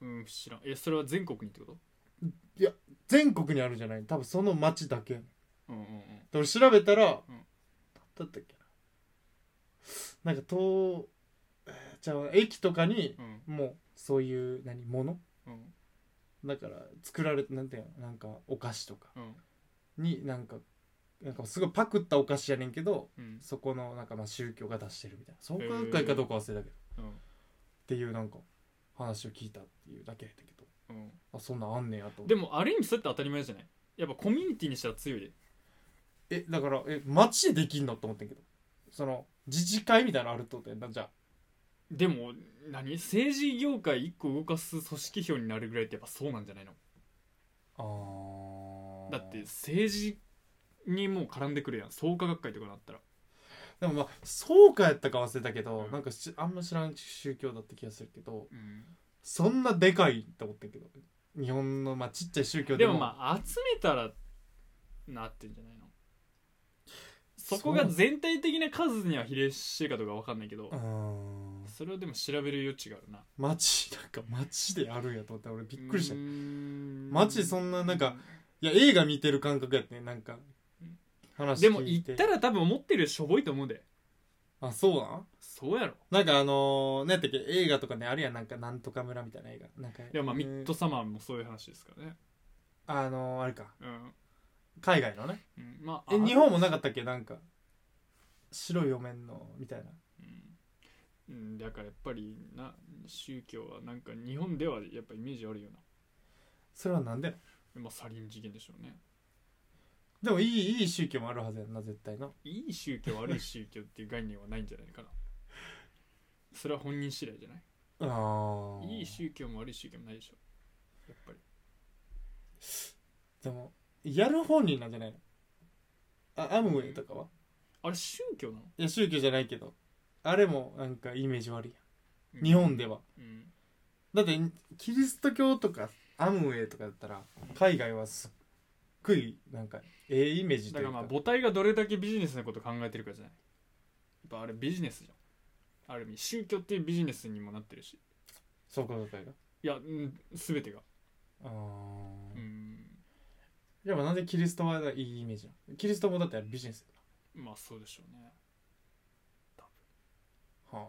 Speaker 1: うんうん知らんえそれは全国にってこと
Speaker 2: 全国にあるじゃない多分その町だけやねん
Speaker 1: うんうんうん
Speaker 2: で俺調べたら、
Speaker 1: うん
Speaker 2: だったっけななんか東えーじゃあ駅とかに
Speaker 1: うん
Speaker 2: もうそういう何物
Speaker 1: うん
Speaker 2: だから作られてなんていうのなんかお菓子とか
Speaker 1: うん
Speaker 2: になんかなんかすごいパクったお菓子やねんけど
Speaker 1: うん
Speaker 2: そこのなんかまあ宗教が出してるみたいな創価学会かどうか忘れたけど、
Speaker 1: うん
Speaker 2: っていうなんか話を聞いたっていうだけやったけど
Speaker 1: うん
Speaker 2: あそんなんあんねやと思っ
Speaker 1: で
Speaker 2: て
Speaker 1: もある意味それって当たり前じゃないやっぱコミュニティにしたら強いで
Speaker 2: えだからえ町でできんのと思ってんけどその自治会みたいなのあるってことやんなじゃあ
Speaker 1: でも何政治業界一個動かす組織票になるぐらいってやっぱそうなんじゃないの
Speaker 2: あ
Speaker 1: だって政治にもう絡んでくるやん創価学会とかなったら
Speaker 2: でもまあそうかやったか忘れたけど、
Speaker 1: うん
Speaker 2: なんかしあんま知らん宗教だった気がするけど
Speaker 1: うん
Speaker 2: そんなでかいって思ってんけど日本のまあちっちゃい宗教
Speaker 1: で
Speaker 2: で
Speaker 1: も
Speaker 2: も
Speaker 1: まあ集めたらなってんじゃないのそこが全体的な数には比例してるかどうかわかんないけど
Speaker 2: うーん
Speaker 1: それをでも調べる余地があるな
Speaker 2: 町なんか町であるんやと思って俺びっくりした
Speaker 1: うーん
Speaker 2: マジそんななんかいや映画見てる感覚やってねなんか
Speaker 1: うん
Speaker 2: 話
Speaker 1: でも
Speaker 2: 聞い
Speaker 1: 行
Speaker 2: て
Speaker 1: ったら多分思ってるしょぼいと思うで
Speaker 2: あそうなん
Speaker 1: そうやろ
Speaker 2: なんかあのー、なんやったっけ映画とかねあるやんなんかなんとか村みたいな映画なんか
Speaker 1: でもまあ
Speaker 2: え
Speaker 1: ミ
Speaker 2: ー
Speaker 1: ッドサマーもそういう話ですからね
Speaker 2: あのー、あれか
Speaker 1: うん
Speaker 2: 海外のね
Speaker 1: うんまあ
Speaker 2: え
Speaker 1: あ
Speaker 2: 日本もなかったっけなんか白いお面のみたいな
Speaker 1: うんうんだからやっぱりな宗教はなんか日本ではやっぱイメージあるよ
Speaker 2: それはなんでなん
Speaker 1: なまあサリン事件でしょうね
Speaker 2: でもいいいい宗教もあるはずやんな絶対ない
Speaker 1: い宗教悪い宗教っていう概念はないんじゃないかな <laughs> それは本人次第じゃない
Speaker 2: あー
Speaker 1: いい宗教も悪い宗教もないでしょやっぱり
Speaker 2: でもやる本人なんじゃないのあアムウェイとかは
Speaker 1: あれ宗教なの
Speaker 2: いや宗教じゃないけどあれもなんかイメージ悪いや
Speaker 1: うん
Speaker 2: ん日本では
Speaker 1: うん
Speaker 2: だってキリスト教とかアムウェイとかだったら海外はすっごいなんかええイメージと
Speaker 1: だ
Speaker 2: い
Speaker 1: か
Speaker 2: う
Speaker 1: らまあ
Speaker 2: か
Speaker 1: 母体がどれだけビジネスのこと考えてるかじゃないやっぱあれビジネスじゃんある意味宗教っていうビジネスにもなってるし
Speaker 2: そうかそうかう
Speaker 1: いや、うん、全てが
Speaker 2: あ
Speaker 1: う
Speaker 2: ー
Speaker 1: ん
Speaker 2: でもなんでキリストはいいイメージなのキリストもだってビジネス
Speaker 1: まあそうでしょうね
Speaker 2: やなは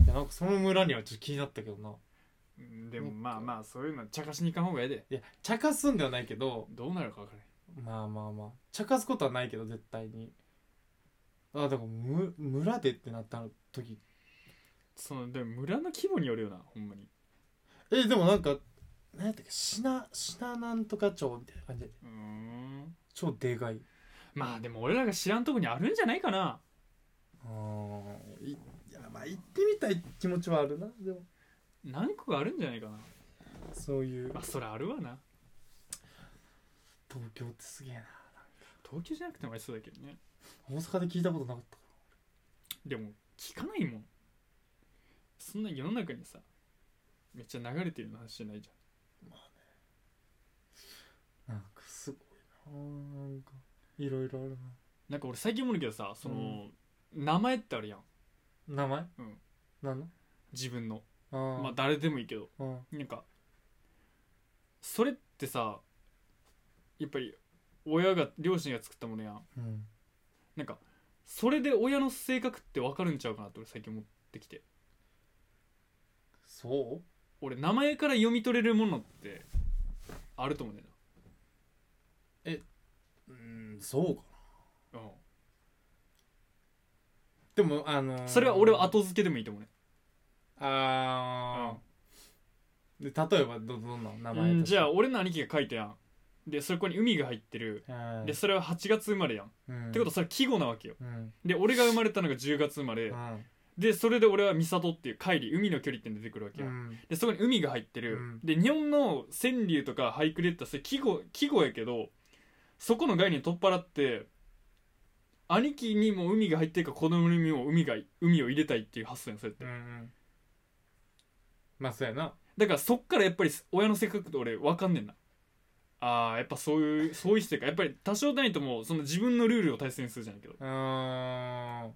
Speaker 2: あいやなんかその村にはちょっと気になったけどな
Speaker 1: うんでもまあまあそういうの茶化しに行かん方がええで
Speaker 2: いや茶化すんではないけど
Speaker 1: どうなるか分からへん
Speaker 2: まあまあまあ茶化すことはないけど絶対にあだからむ村でってなった時
Speaker 1: そのでも村の規模によるよなほんまに
Speaker 2: えでもなんか何やったっけシナシナなんとか町みたいな感じで
Speaker 1: うーん
Speaker 2: 超でかい
Speaker 1: まあでも俺らが知らんとこにあるんじゃないかな
Speaker 2: あーいいやまあ行ってみたい気持ちはあるなでも
Speaker 1: 何個かあるんじゃないかな
Speaker 2: そういう
Speaker 1: まあそれあるわな
Speaker 2: 東京ってすげえな
Speaker 1: 東京じゃなくてもありそうだけどね
Speaker 2: 大阪で聞いたことなかったか
Speaker 1: でも聞かないもんそんな世の中にさめっちゃ流れてるような話じゃないじ
Speaker 2: らなんかすごいななんかいろいろあるな
Speaker 1: なんか俺最近思うけどさその、名前ってあるやん
Speaker 2: 名前
Speaker 1: うん
Speaker 2: 何の
Speaker 1: 自分の
Speaker 2: あー
Speaker 1: まあ誰でもいいけど
Speaker 2: うん
Speaker 1: なんかそれってさやっぱり親が両親が作ったものやん
Speaker 2: うん
Speaker 1: なんかそれで親の性格って分かるんちゃうかなって俺最近思ってきて
Speaker 2: そう
Speaker 1: 俺名前から読み取れるものってあると思うんだよ
Speaker 2: うんそうか
Speaker 1: な、
Speaker 2: でもあのー
Speaker 1: それは俺は後付けでもいいと思うね
Speaker 2: あー、で例えばどどんな名
Speaker 1: う
Speaker 2: 前
Speaker 1: んじゃあ俺の兄貴が書いたやんでそこに海が入ってる
Speaker 2: あ
Speaker 1: でそれは8月生まれやん、
Speaker 2: うん、
Speaker 1: ってことはそれは季語なわけよ
Speaker 2: うん
Speaker 1: で俺が生まれたのが10月生まれ、
Speaker 2: うん
Speaker 1: でそれで俺は「美里」っていう海里海の距離って出てくるわけ
Speaker 2: う
Speaker 1: や、
Speaker 2: ん
Speaker 1: でそこに海が入ってる、
Speaker 2: うん
Speaker 1: で日本の川柳とか俳句で言ったらそれ季語季語やけどそこの概念取っ払って兄貴にも海が入ってるから子供にも海が海を入れたいっていう発想やんそれって
Speaker 2: うんうんまあそうやな
Speaker 1: だからそっからやっぱり親の性格って俺分かんねんなあーやっぱそういうそういう人かやっぱり多少ないともその自分のルールを大切にするじゃないけどだか
Speaker 2: うーん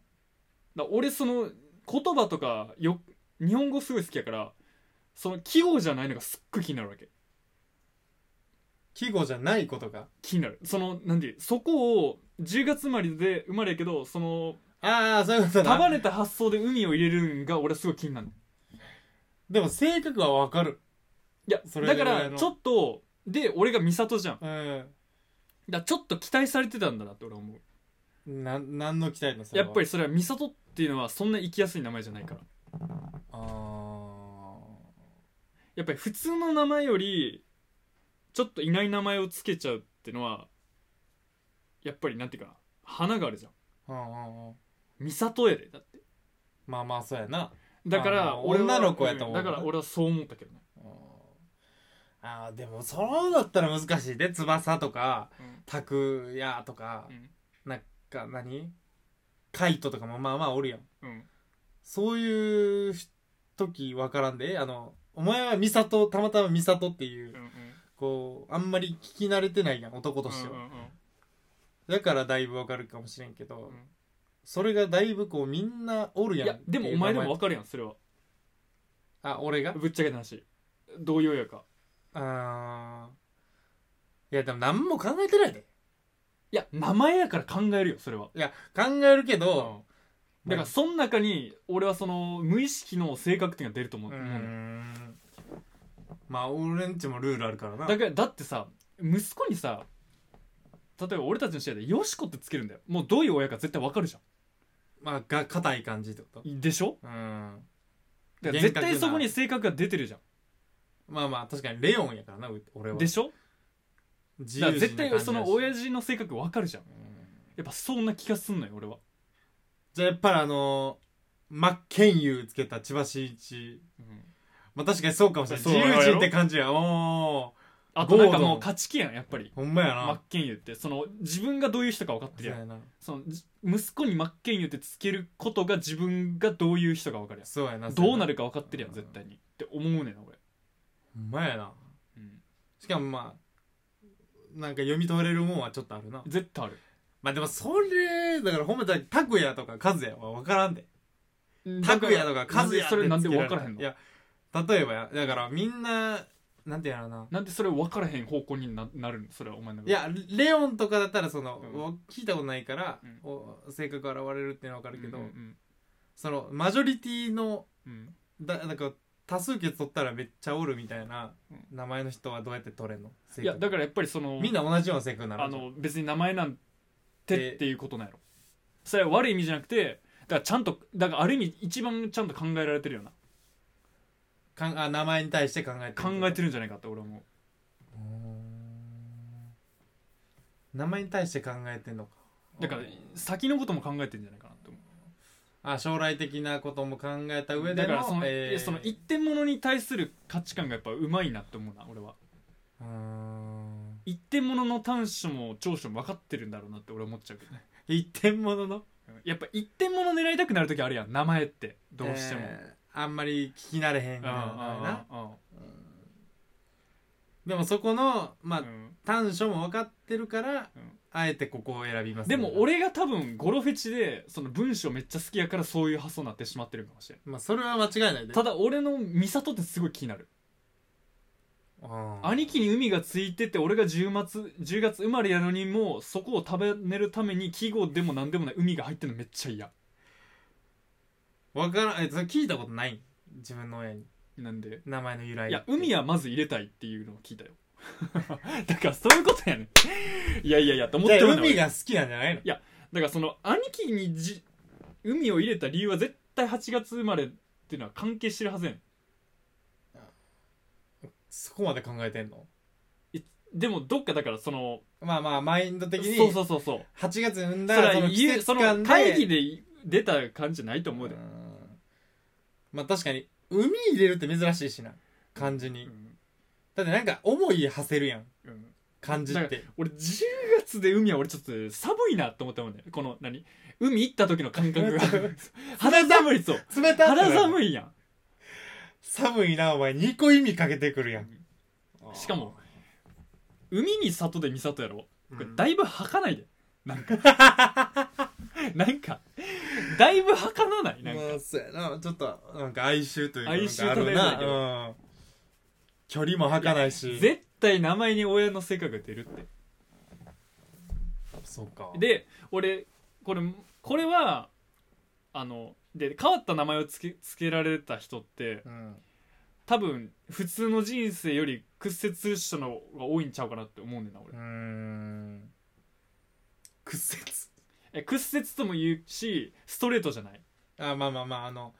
Speaker 1: ら俺その言葉とかよ日本語すごい好きやからその季語じゃないのがすっごい気になるわけ
Speaker 2: 季語じゃないことが
Speaker 1: 気になるそのなんでそこを10月生まれで生まれやけどその
Speaker 2: ああそういうことな
Speaker 1: 束ねた発想で海を入れるんが俺はすごい気になる
Speaker 2: でも性格はわかる
Speaker 1: いや
Speaker 2: それ
Speaker 1: だ
Speaker 2: で
Speaker 1: か
Speaker 2: 俺
Speaker 1: ら
Speaker 2: の
Speaker 1: ちょっとで俺が美里じゃんだか
Speaker 2: うん
Speaker 1: らちょっと期待されてたんだなって俺は思う
Speaker 2: なん何の期待の
Speaker 1: やっぱ
Speaker 2: り
Speaker 1: りそれは美里っていうのはそんな生きやすい名前じゃないから
Speaker 2: あー
Speaker 1: やっぱり普通の名前よりちょっといない名前をつけちゃうってのはやっぱりなんていうかな花があるじゃん
Speaker 2: うんうんうん
Speaker 1: 美里やでだって
Speaker 2: まあまあそうやな
Speaker 1: だか
Speaker 2: まあま
Speaker 1: ら
Speaker 2: あ
Speaker 1: 俺は
Speaker 2: 女の子やと思う
Speaker 1: だから俺はそう思ったけどね
Speaker 2: あーでもそうだったら難しいで翼とか
Speaker 1: うん
Speaker 2: 拓也とか
Speaker 1: うん
Speaker 2: なんか何カイトとかもまあまあおるやん
Speaker 1: うん
Speaker 2: そういう時わからんであのお前は美里たまたま美里っていう
Speaker 1: うんうん
Speaker 2: こうあんまり聞き慣れてないやん男としては、
Speaker 1: うんうんうん
Speaker 2: だからだいぶわかるかもしれんけど、
Speaker 1: ん
Speaker 2: それがだいぶこうみんなおるや
Speaker 1: い
Speaker 2: ん
Speaker 1: やでもお前でも
Speaker 2: 名
Speaker 1: 分かるやんそれは
Speaker 2: あ俺が
Speaker 1: ぶっちゃけた話同様やか
Speaker 2: あーいやでも何も考えてないで
Speaker 1: いや名前やから考えるよそれは、
Speaker 2: いや考えるけど、
Speaker 1: だからその中に俺はその無意識の性格っていうのが出ると思う、
Speaker 2: うー
Speaker 1: 思うのよ
Speaker 2: んまあ俺んちもルールあるからな
Speaker 1: だからだってさ息子にさ例えば俺たちの試合で「よしこ」ってつけるんだよもうどういう親か絶対分かるじゃ
Speaker 2: まあが硬い感じってこと
Speaker 1: んでしょ
Speaker 2: うんま
Speaker 1: だから絶
Speaker 2: 厳格
Speaker 1: 対
Speaker 2: な
Speaker 1: そこに性格が出てるじゃ
Speaker 2: あまあ確かにレオンやからなう俺
Speaker 1: ん
Speaker 2: は
Speaker 1: でしょ
Speaker 2: 自
Speaker 1: だから
Speaker 2: 由
Speaker 1: 絶
Speaker 2: 人な感
Speaker 1: 対
Speaker 2: じだし
Speaker 1: その親父の性格分かるじゃん
Speaker 2: うん
Speaker 1: やっぱそんな気がすんのよ俺は
Speaker 2: じゃあやっぱりあの真っ剣佑つけた千葉真一まあ確かにそうかもしれ
Speaker 1: そう
Speaker 2: ない自由人って感じやお
Speaker 1: あとなん
Speaker 2: ゴー
Speaker 1: か
Speaker 2: ドン
Speaker 1: もう勝ち気やんやっぱり
Speaker 2: ーほんまやな、
Speaker 1: 真剣佑ってその自分がどういう人か分かって
Speaker 2: そう
Speaker 1: るやん
Speaker 2: やな
Speaker 1: そのじ息子に真剣佑ってつけることが自分がどういう人か分かる
Speaker 2: そうやな
Speaker 1: やんどうな
Speaker 2: る
Speaker 1: るか分かってるやん
Speaker 2: うん
Speaker 1: 絶対にって思うねんな俺、
Speaker 2: ほんまやなしかもまあなんか読み取れるもんはちょっとあるな
Speaker 1: 絶対ある
Speaker 2: まあでもそれだからほんまだ拓也とか和也は分からんで
Speaker 1: だか
Speaker 2: 拓
Speaker 1: ら
Speaker 2: 也とか和也ってつけられ
Speaker 1: それなんで分からへん
Speaker 2: い
Speaker 1: の
Speaker 2: や例えばやだからみんななんていうのかな
Speaker 1: なんでそれ分からへん方向にななるのそれはお前の
Speaker 2: いやレオンとかだったらその、
Speaker 1: うん
Speaker 2: お聞いたことないから、
Speaker 1: うん
Speaker 2: お性格現れるっていうのは分か
Speaker 1: あ
Speaker 2: るけど、
Speaker 1: うん
Speaker 2: そのマジョリティの
Speaker 1: うんうん
Speaker 2: だなんか多数決取ったらめっちゃおるみたいな
Speaker 1: うん
Speaker 2: 名前の人はどうやって取れんの
Speaker 1: いやだからやっぱりそ
Speaker 2: ら
Speaker 1: の
Speaker 2: みんな同じような性格になる
Speaker 1: あ
Speaker 2: じゃん
Speaker 1: の別に名前なんて
Speaker 2: で
Speaker 1: っていうことなんやろそれは悪い意味じゃなくてだからちゃんとだからある意味一番ちゃんと考えられてるような
Speaker 2: かんあ名前に対して考えて
Speaker 1: 考えて
Speaker 2: る
Speaker 1: るんじゃないかって俺は思う
Speaker 2: うーん名前に対して考えてんのか
Speaker 1: だから先のことも考えてんじゃないかなって思う
Speaker 2: あ将来的なことも考えた上での
Speaker 1: だからその,、
Speaker 2: えー
Speaker 1: その一点物に対する価値観がやっぱうまいなって思うな俺は
Speaker 2: うーん
Speaker 1: 一点物の短所も長所も分かってるんだろうなって俺は思っちゃうけどね
Speaker 2: 一点物の
Speaker 1: やっぱ一点物狙いたくなる時あるやん名前ってどうしても、
Speaker 2: えーあんまり聞き慣れへ
Speaker 1: うん
Speaker 2: んみたいなな
Speaker 1: うんうん
Speaker 2: でもそこのまあ
Speaker 1: うん
Speaker 2: 短所も分かってるから、
Speaker 1: うん
Speaker 2: あえてここを選びます
Speaker 1: でも俺が多分ゴロフェチでその文章めっちゃ好きやからそういう発想になってしまってるかもしれん
Speaker 2: まあそれは間違いないで
Speaker 1: ただ俺の美里ってすごい気になる
Speaker 2: うん
Speaker 1: 兄貴に海がついてて俺が10月 ,10 月生まれやのにもうそこを食べれるために季語でも何でもない海が入ってるのめっちゃ嫌
Speaker 2: わからんえそれ聞いたことない自分の親に
Speaker 1: なんで
Speaker 2: 名前の由来
Speaker 1: いや海
Speaker 2: や
Speaker 1: はまず入れたいっていうのを聞いたよ <laughs> だからそういうことやねんいやいやいやと思ってるんだ
Speaker 2: 海
Speaker 1: 俺だ
Speaker 2: が好きなんじゃないの
Speaker 1: からその兄貴にじ海を入れた理由は絶対8月生まれっていうのは関係してるはずやねん
Speaker 2: そこまで考えてんの
Speaker 1: でもどっかだからその
Speaker 2: まあまあマインド的に
Speaker 1: そうそうそうそう
Speaker 2: 8月産ん
Speaker 1: そ
Speaker 2: だ
Speaker 1: れ
Speaker 2: らそ
Speaker 1: は
Speaker 2: の季
Speaker 1: 言う
Speaker 2: 節
Speaker 1: そ
Speaker 2: 感
Speaker 1: の
Speaker 2: で
Speaker 1: 会議で出た感じじゃないと思うで、
Speaker 2: うんまあ確かに海入れるって珍しいしな漢字に、
Speaker 1: うん
Speaker 2: だってなんか思い馳せるやん
Speaker 1: うん
Speaker 2: 漢字って
Speaker 1: 俺10月で海は俺ちょっと寒いなと思ったもんねこの何海行った時の感
Speaker 2: <laughs>
Speaker 1: 覚が肌寒いぞ
Speaker 2: 冷た
Speaker 1: 肌
Speaker 2: い
Speaker 1: 寒いやん
Speaker 2: 寒いなお前2個意味かけてくるやん
Speaker 1: しかも海に里で里やろこれ
Speaker 2: うん
Speaker 1: だいぶ吐かないでなん
Speaker 2: <laughs>
Speaker 1: かなんかだいぶ吐かなないなんか
Speaker 2: まあそうやなちょっとなんか哀愁というか
Speaker 1: 哀愁とね
Speaker 2: なん
Speaker 1: だ
Speaker 2: かあ
Speaker 1: け
Speaker 2: る
Speaker 1: ど
Speaker 2: な、うん、距離も儚いし
Speaker 1: 絶対名前に親の性格が出るって
Speaker 2: そうか
Speaker 1: で俺これこれはあので変わった名前をつけつけられた人って
Speaker 2: うん、
Speaker 1: 多分普通の人生より屈折する人の方が多いんちゃうかなって思うねんな
Speaker 2: う
Speaker 1: 俺
Speaker 2: ーん屈折
Speaker 1: え屈折とも言うしストレートじゃない
Speaker 2: あまあまあまああの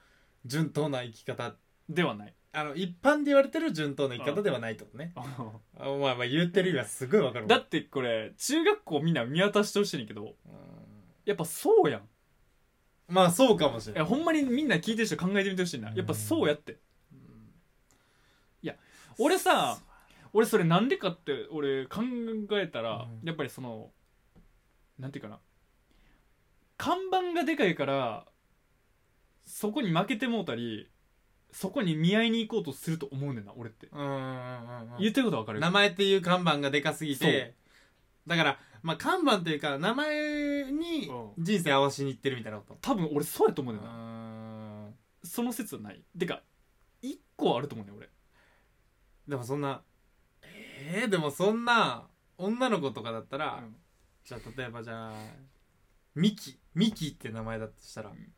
Speaker 2: 順当な生き方
Speaker 1: ではない
Speaker 2: <laughs> あの一般で言われてる順当な生き方ではないってことねあまあまあ言ってる意味はすごいわかるわ
Speaker 1: だってこれ中学校みんな見渡してほしいねんけど
Speaker 2: うん
Speaker 1: やっぱそうやん
Speaker 2: まあそうかもしれ
Speaker 1: え
Speaker 2: ない
Speaker 1: ほんまにみんな聞いてる人考えてみてほしいなやっぱそうやって俺さ俺それなんでかって俺考えたら、
Speaker 2: うん
Speaker 1: やっぱりそのなんていうかな看板がでかいからそこに負けてもうたりそこに見合いに行こうとすると思うねんな俺って、
Speaker 2: うんうんうんうん
Speaker 1: 言ってることは分かる
Speaker 2: 名前っていう看板がでかすぎてだからまあ看板というか名前に
Speaker 1: うん
Speaker 2: 人生合わしにいってるみたいなこと
Speaker 1: 多分俺そうやと思う
Speaker 2: う
Speaker 1: ねんな、
Speaker 2: ん
Speaker 1: その説はないてか1個あると思うねん俺
Speaker 2: でもそんなえー、でもそんな女の子とかだったら、
Speaker 1: うん
Speaker 2: じゃあ例えばじゃあミキミキって名前だとしたら、
Speaker 1: うん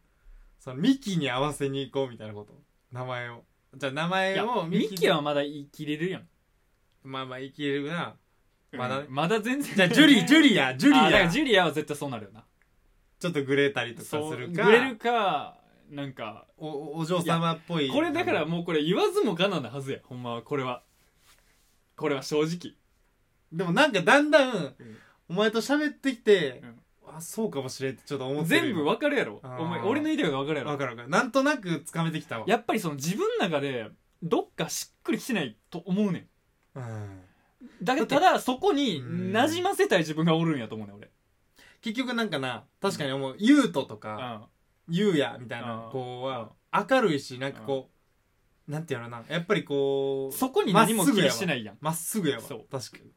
Speaker 2: そのミキに合わせに行こうみたいなこと名前をじゃあ名
Speaker 1: い
Speaker 2: 前
Speaker 1: や
Speaker 2: を
Speaker 1: ミ
Speaker 2: で
Speaker 1: キはまだ生きれるやん、
Speaker 2: まあまあ生きれるなまだね
Speaker 1: うんまだ全然
Speaker 2: じゃあジュリージュリアジュ
Speaker 1: <laughs>
Speaker 2: リ
Speaker 1: あだか
Speaker 2: ア
Speaker 1: らジュリアは絶対そうなるよな
Speaker 2: ちょっとグレたりとかす
Speaker 1: そう
Speaker 2: る
Speaker 1: グ
Speaker 2: か
Speaker 1: レるかなんか
Speaker 2: おお嬢様っぽい
Speaker 1: これだからもうこれ言わずもがななはずやほんまはこれはこれは正直
Speaker 2: でもなんかだんだん、
Speaker 1: ん
Speaker 2: お前と喋ってきて
Speaker 1: う、
Speaker 2: あそうかもしれんってちょっと思ってる
Speaker 1: 全部わかるやろ
Speaker 2: あー
Speaker 1: お前俺の言いたいことわかるや
Speaker 2: わ
Speaker 1: ろ
Speaker 2: かるわかるなんとなくつかめてきたわ
Speaker 1: やっぱりその自分の中でどっかしっくりきてないと思うねん
Speaker 2: うん
Speaker 1: だけど
Speaker 2: だ
Speaker 1: た
Speaker 2: って
Speaker 1: だそこに
Speaker 2: うん
Speaker 1: 馴染ませたい自分がおるんやと思うねん俺
Speaker 2: 結局なんかな確かに思う優斗と
Speaker 1: う
Speaker 2: か
Speaker 1: ん
Speaker 2: 優也みたいな
Speaker 1: うん
Speaker 2: 子は明るいしなんかこうなんていうのかなやっぱりこう
Speaker 1: そこに何も
Speaker 2: まっす
Speaker 1: 気
Speaker 2: ぐや
Speaker 1: に
Speaker 2: わ
Speaker 1: してないやん
Speaker 2: まっすぐやわ
Speaker 1: そう
Speaker 2: 確かに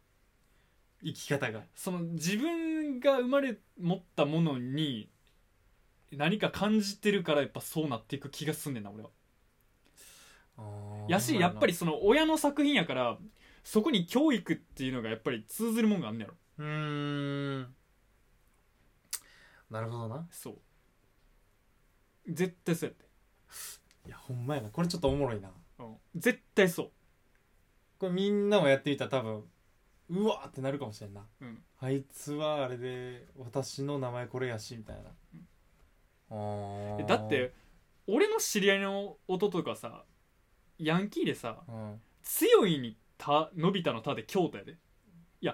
Speaker 2: 生き方が
Speaker 1: その自分が生まれ持ったものに何か感じてるからやっぱそうなっていく気がすんねんな俺はやしやっぱりその親の作品やからそこに教育っていうのがやっぱり通ずるもんがあんねやろ
Speaker 2: うーんなるほどな
Speaker 1: そう絶対そうやって、
Speaker 2: いやほんまやなこれちょっとおもろいな
Speaker 1: 絶対そ
Speaker 2: これみんなもやってみたら多分うわーってなるかもしれんな
Speaker 1: う、うん、
Speaker 2: あいつはあれで私の名前これやしみたいなあー
Speaker 1: だって俺の知り合いの音とかさヤンキーでさ
Speaker 2: うん
Speaker 1: 強いにたのび太のたで京都やで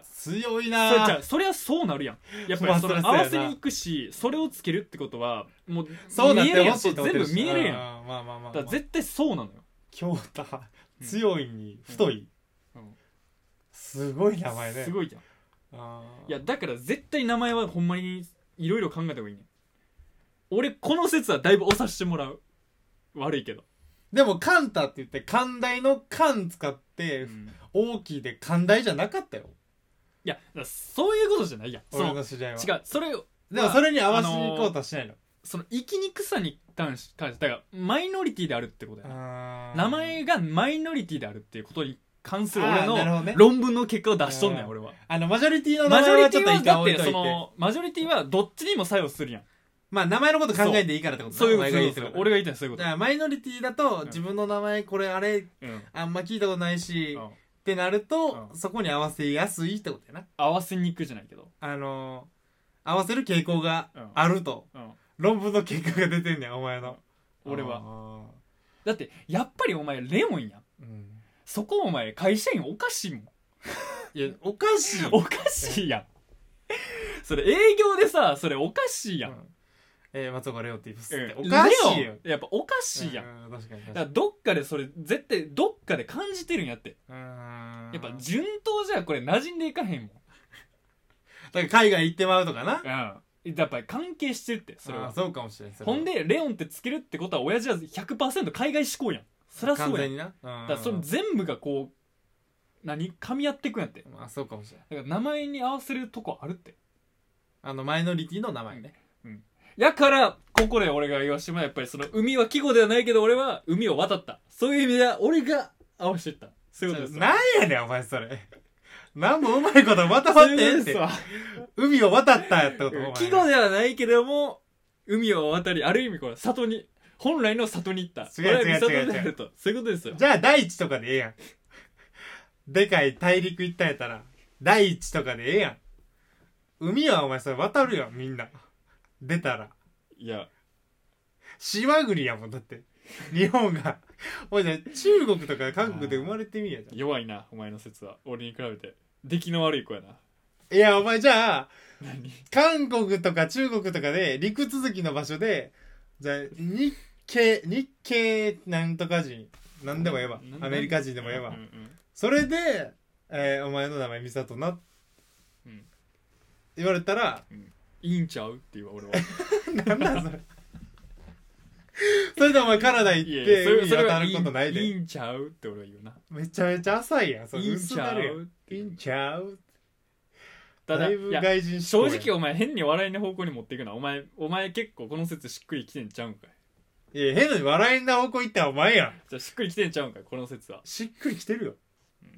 Speaker 2: 強い
Speaker 1: そ
Speaker 2: な
Speaker 1: れ
Speaker 2: ー
Speaker 1: じゃあそれはそうなるやんやっぱ
Speaker 2: ま
Speaker 1: り
Speaker 2: あ
Speaker 1: その
Speaker 2: そり
Speaker 1: 合
Speaker 2: ゃそうやな
Speaker 1: わせに行くしそれをつけるってことはもう
Speaker 2: そうなっ
Speaker 1: 見える
Speaker 2: て
Speaker 1: や
Speaker 2: ほ
Speaker 1: ん
Speaker 2: しいと思って
Speaker 1: 全
Speaker 2: る
Speaker 1: 部見えるやんだ
Speaker 2: うんまあまあまあ、ま
Speaker 1: から
Speaker 2: あ、
Speaker 1: 絶対そうなのよ
Speaker 2: 強太強いに太い、
Speaker 1: うん
Speaker 2: すごい名前ね
Speaker 1: すごいじゃん
Speaker 2: あー
Speaker 1: いやだから絶対名前はほんまにいろいろ考えた方がいいねん俺この説はだいぶ押さしてもらう悪いけど、
Speaker 2: でもカンタって言って寛大の「カン」使って大きいで寛大じゃなかったよ
Speaker 1: いやだからそういうことじゃないやんそ
Speaker 2: 俺
Speaker 1: の
Speaker 2: の知り合いは
Speaker 1: 違うそれを
Speaker 2: でもそれに合わせに行こうとはしないの、
Speaker 1: その生きにくさに関し関してだからマイノリティであるってことやな
Speaker 2: あー
Speaker 1: 名前がマイノリティであるっていうことに関する
Speaker 2: あー
Speaker 1: 俺
Speaker 2: なるほ
Speaker 1: の
Speaker 2: どね
Speaker 1: 論文の結果を出しとんね
Speaker 2: あ
Speaker 1: ん
Speaker 2: ー
Speaker 1: 俺は
Speaker 2: あのマジョリティの名
Speaker 1: マジョ
Speaker 2: 前
Speaker 1: リ
Speaker 2: は
Speaker 1: ティ
Speaker 2: ちょっと
Speaker 1: は
Speaker 2: 一回
Speaker 1: だっ
Speaker 2: 置い
Speaker 1: て
Speaker 2: と
Speaker 1: そ
Speaker 2: いて
Speaker 1: のマジョリティはどっちにも作用するやん
Speaker 2: まあ名前のこと考えていいからってことね
Speaker 1: そういう
Speaker 2: お
Speaker 1: こ
Speaker 2: 前
Speaker 1: と
Speaker 2: が
Speaker 1: そうい
Speaker 2: 言
Speaker 1: う
Speaker 2: って
Speaker 1: こと
Speaker 2: たから
Speaker 1: 俺が言いたいのはそういうこ
Speaker 2: だからマイノリティだと
Speaker 1: ん
Speaker 2: 自分の名前これあれ
Speaker 1: とうん
Speaker 2: あんま聞いたことないし
Speaker 1: うん
Speaker 2: ってなると
Speaker 1: うん
Speaker 2: そこに合わせやすいってことやな
Speaker 1: 合わせにくじゃないけど
Speaker 2: あのー合わせる傾向が
Speaker 1: うん
Speaker 2: あると
Speaker 1: うん
Speaker 2: 論文の結果が出てんねんお前の
Speaker 1: 俺は
Speaker 2: は
Speaker 1: だってやっぱりお前レモンやん
Speaker 2: うん
Speaker 1: そこお前会社員おかしいもん
Speaker 2: いやおかしい
Speaker 1: おかしいやんそれ営業でさそれおかしいやん、
Speaker 2: うんえー松岡レオって言います
Speaker 1: うん
Speaker 2: おかしい
Speaker 1: レ
Speaker 2: よ
Speaker 1: オンやっぱおかしいやん、
Speaker 2: うん確かに
Speaker 1: だか
Speaker 2: 確から
Speaker 1: どっかでそれ絶対どっかで感じてるんやって
Speaker 2: に
Speaker 1: やっぱ
Speaker 2: うん
Speaker 1: 順当じゃこれ馴染んでいかへんもん、
Speaker 2: だから海外行ってまうとかな
Speaker 1: うん、やっぱり関係してるってそれ
Speaker 2: あ
Speaker 1: は
Speaker 2: ーそうかもしれんそれは
Speaker 1: ほんでレオンってつけるってことは親父は100%海外志向やんそりゃそ
Speaker 2: 完
Speaker 1: うや
Speaker 2: 全
Speaker 1: ん
Speaker 2: にな
Speaker 1: だからそれ全部がこう何噛み合ってくんやって
Speaker 2: まあそうかもしれない
Speaker 1: だから名前に合わせるとこあるって
Speaker 2: あのマイノリティの名前ね
Speaker 1: やからここで俺が言わしてもやっぱりその海は季語ではないけど俺は海を渡ったそういう意味では俺が合わせてったそういうことですわ
Speaker 2: なんやねんお前それなんもうまいこと渡
Speaker 1: そう
Speaker 2: っ
Speaker 1: い
Speaker 2: て
Speaker 1: うんことで
Speaker 2: って
Speaker 1: すわ
Speaker 2: 海を渡ったやったことお前
Speaker 1: 季語ではないけども海を渡りある意味これ里に本来の里に行った
Speaker 2: 違う違う違う
Speaker 1: 俺は三郷であるとそういうことですよ
Speaker 2: じゃあ大地とかでええやんでかい大陸行ったんやったら大地とかでええやん海はお前それ渡るよみんな出たら
Speaker 1: いや
Speaker 2: 島国やもんだって日本がおいじゃあ中国とか韓国で生まれてみやじゃん
Speaker 1: 弱いなお前の説は俺に比べて出来の悪い子やない
Speaker 2: やお前じゃあ
Speaker 1: 何
Speaker 2: 韓国とか中国とかで陸続きの場所でじゃあ日系日系なんとか人なんでもええわ
Speaker 1: なん
Speaker 2: アメリカ人でもええ
Speaker 1: う
Speaker 2: わ
Speaker 1: んうん
Speaker 2: それで、えーお前の名前美里な」って
Speaker 1: うん
Speaker 2: 言われたら
Speaker 1: いいんちゃうって言うわ
Speaker 2: <laughs>
Speaker 1: 俺は
Speaker 2: 「なんなんそれ」それでお前カナダ行っ
Speaker 1: いや
Speaker 2: て
Speaker 1: それ
Speaker 2: 海
Speaker 1: それ
Speaker 2: 渡
Speaker 1: は
Speaker 2: ることない
Speaker 1: いい
Speaker 2: で
Speaker 1: んちゃうって俺は言うな
Speaker 2: めちゃめちゃ浅いやんそれ
Speaker 1: いいん
Speaker 2: 薄
Speaker 1: ちゃ
Speaker 2: なるや
Speaker 1: うんって
Speaker 2: いい
Speaker 1: いうん
Speaker 2: ちゃう
Speaker 1: ただ
Speaker 2: だい
Speaker 1: い
Speaker 2: ぶ
Speaker 1: や
Speaker 2: 外人
Speaker 1: 正直
Speaker 2: 思
Speaker 1: お前変に笑いの方向に持っていくなお前お前結構この説しっくりきてんちゃうんかい
Speaker 2: 考やいや変に笑えんな方向行ったらお前やん
Speaker 1: じゃあしっくりきてんちゃうんかいこの説は
Speaker 2: しっくりきてるよ
Speaker 1: うん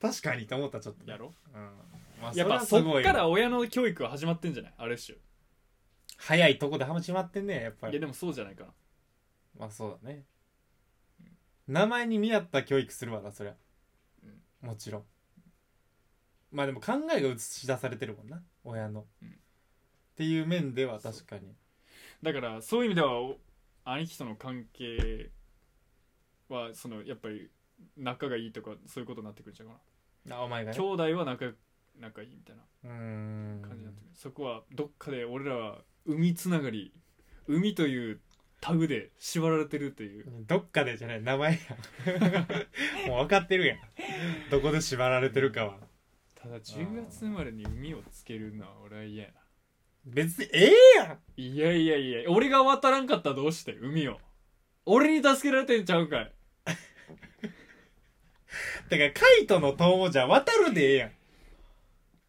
Speaker 2: 確かにと思ったちょっと
Speaker 1: やろ
Speaker 2: うんまあ
Speaker 1: やっぱ
Speaker 2: そ
Speaker 1: そ
Speaker 2: れはすご
Speaker 1: っ
Speaker 2: い
Speaker 1: か
Speaker 2: わ
Speaker 1: ら親の教育は始まってんじゃないある種
Speaker 2: 早いとこで始まってんねやっぱ
Speaker 1: いや
Speaker 2: り
Speaker 1: でもそうじゃないかな
Speaker 2: まあそうだね名前に見合った教育するわなそりゃもちろんまあでも考えが映し出されてるもんな親の、
Speaker 1: うん
Speaker 2: っていう面では確かに
Speaker 1: だからそういう意味ではお兄貴との関係はそのやっぱり仲がいいとかそういうことになってくるんちゃうか
Speaker 2: あお前が
Speaker 1: な
Speaker 2: ね
Speaker 1: 兄弟は仲仲いいみたいな
Speaker 2: うーん
Speaker 1: 感じになってくる、そこはどっかで俺らは海つながり海というタグで縛られてるという
Speaker 2: どっかでじゃない名前やん <laughs> もう分かってるやんどこで縛られてるかは
Speaker 1: ただ10月生まれに海をつけるのは俺は嫌やな
Speaker 2: 別にええやん
Speaker 1: いやいやいや俺が渡らんかったらどうして海を俺に助けられてんちゃうんかい
Speaker 2: だからカイトの友じゃ渡るでええやん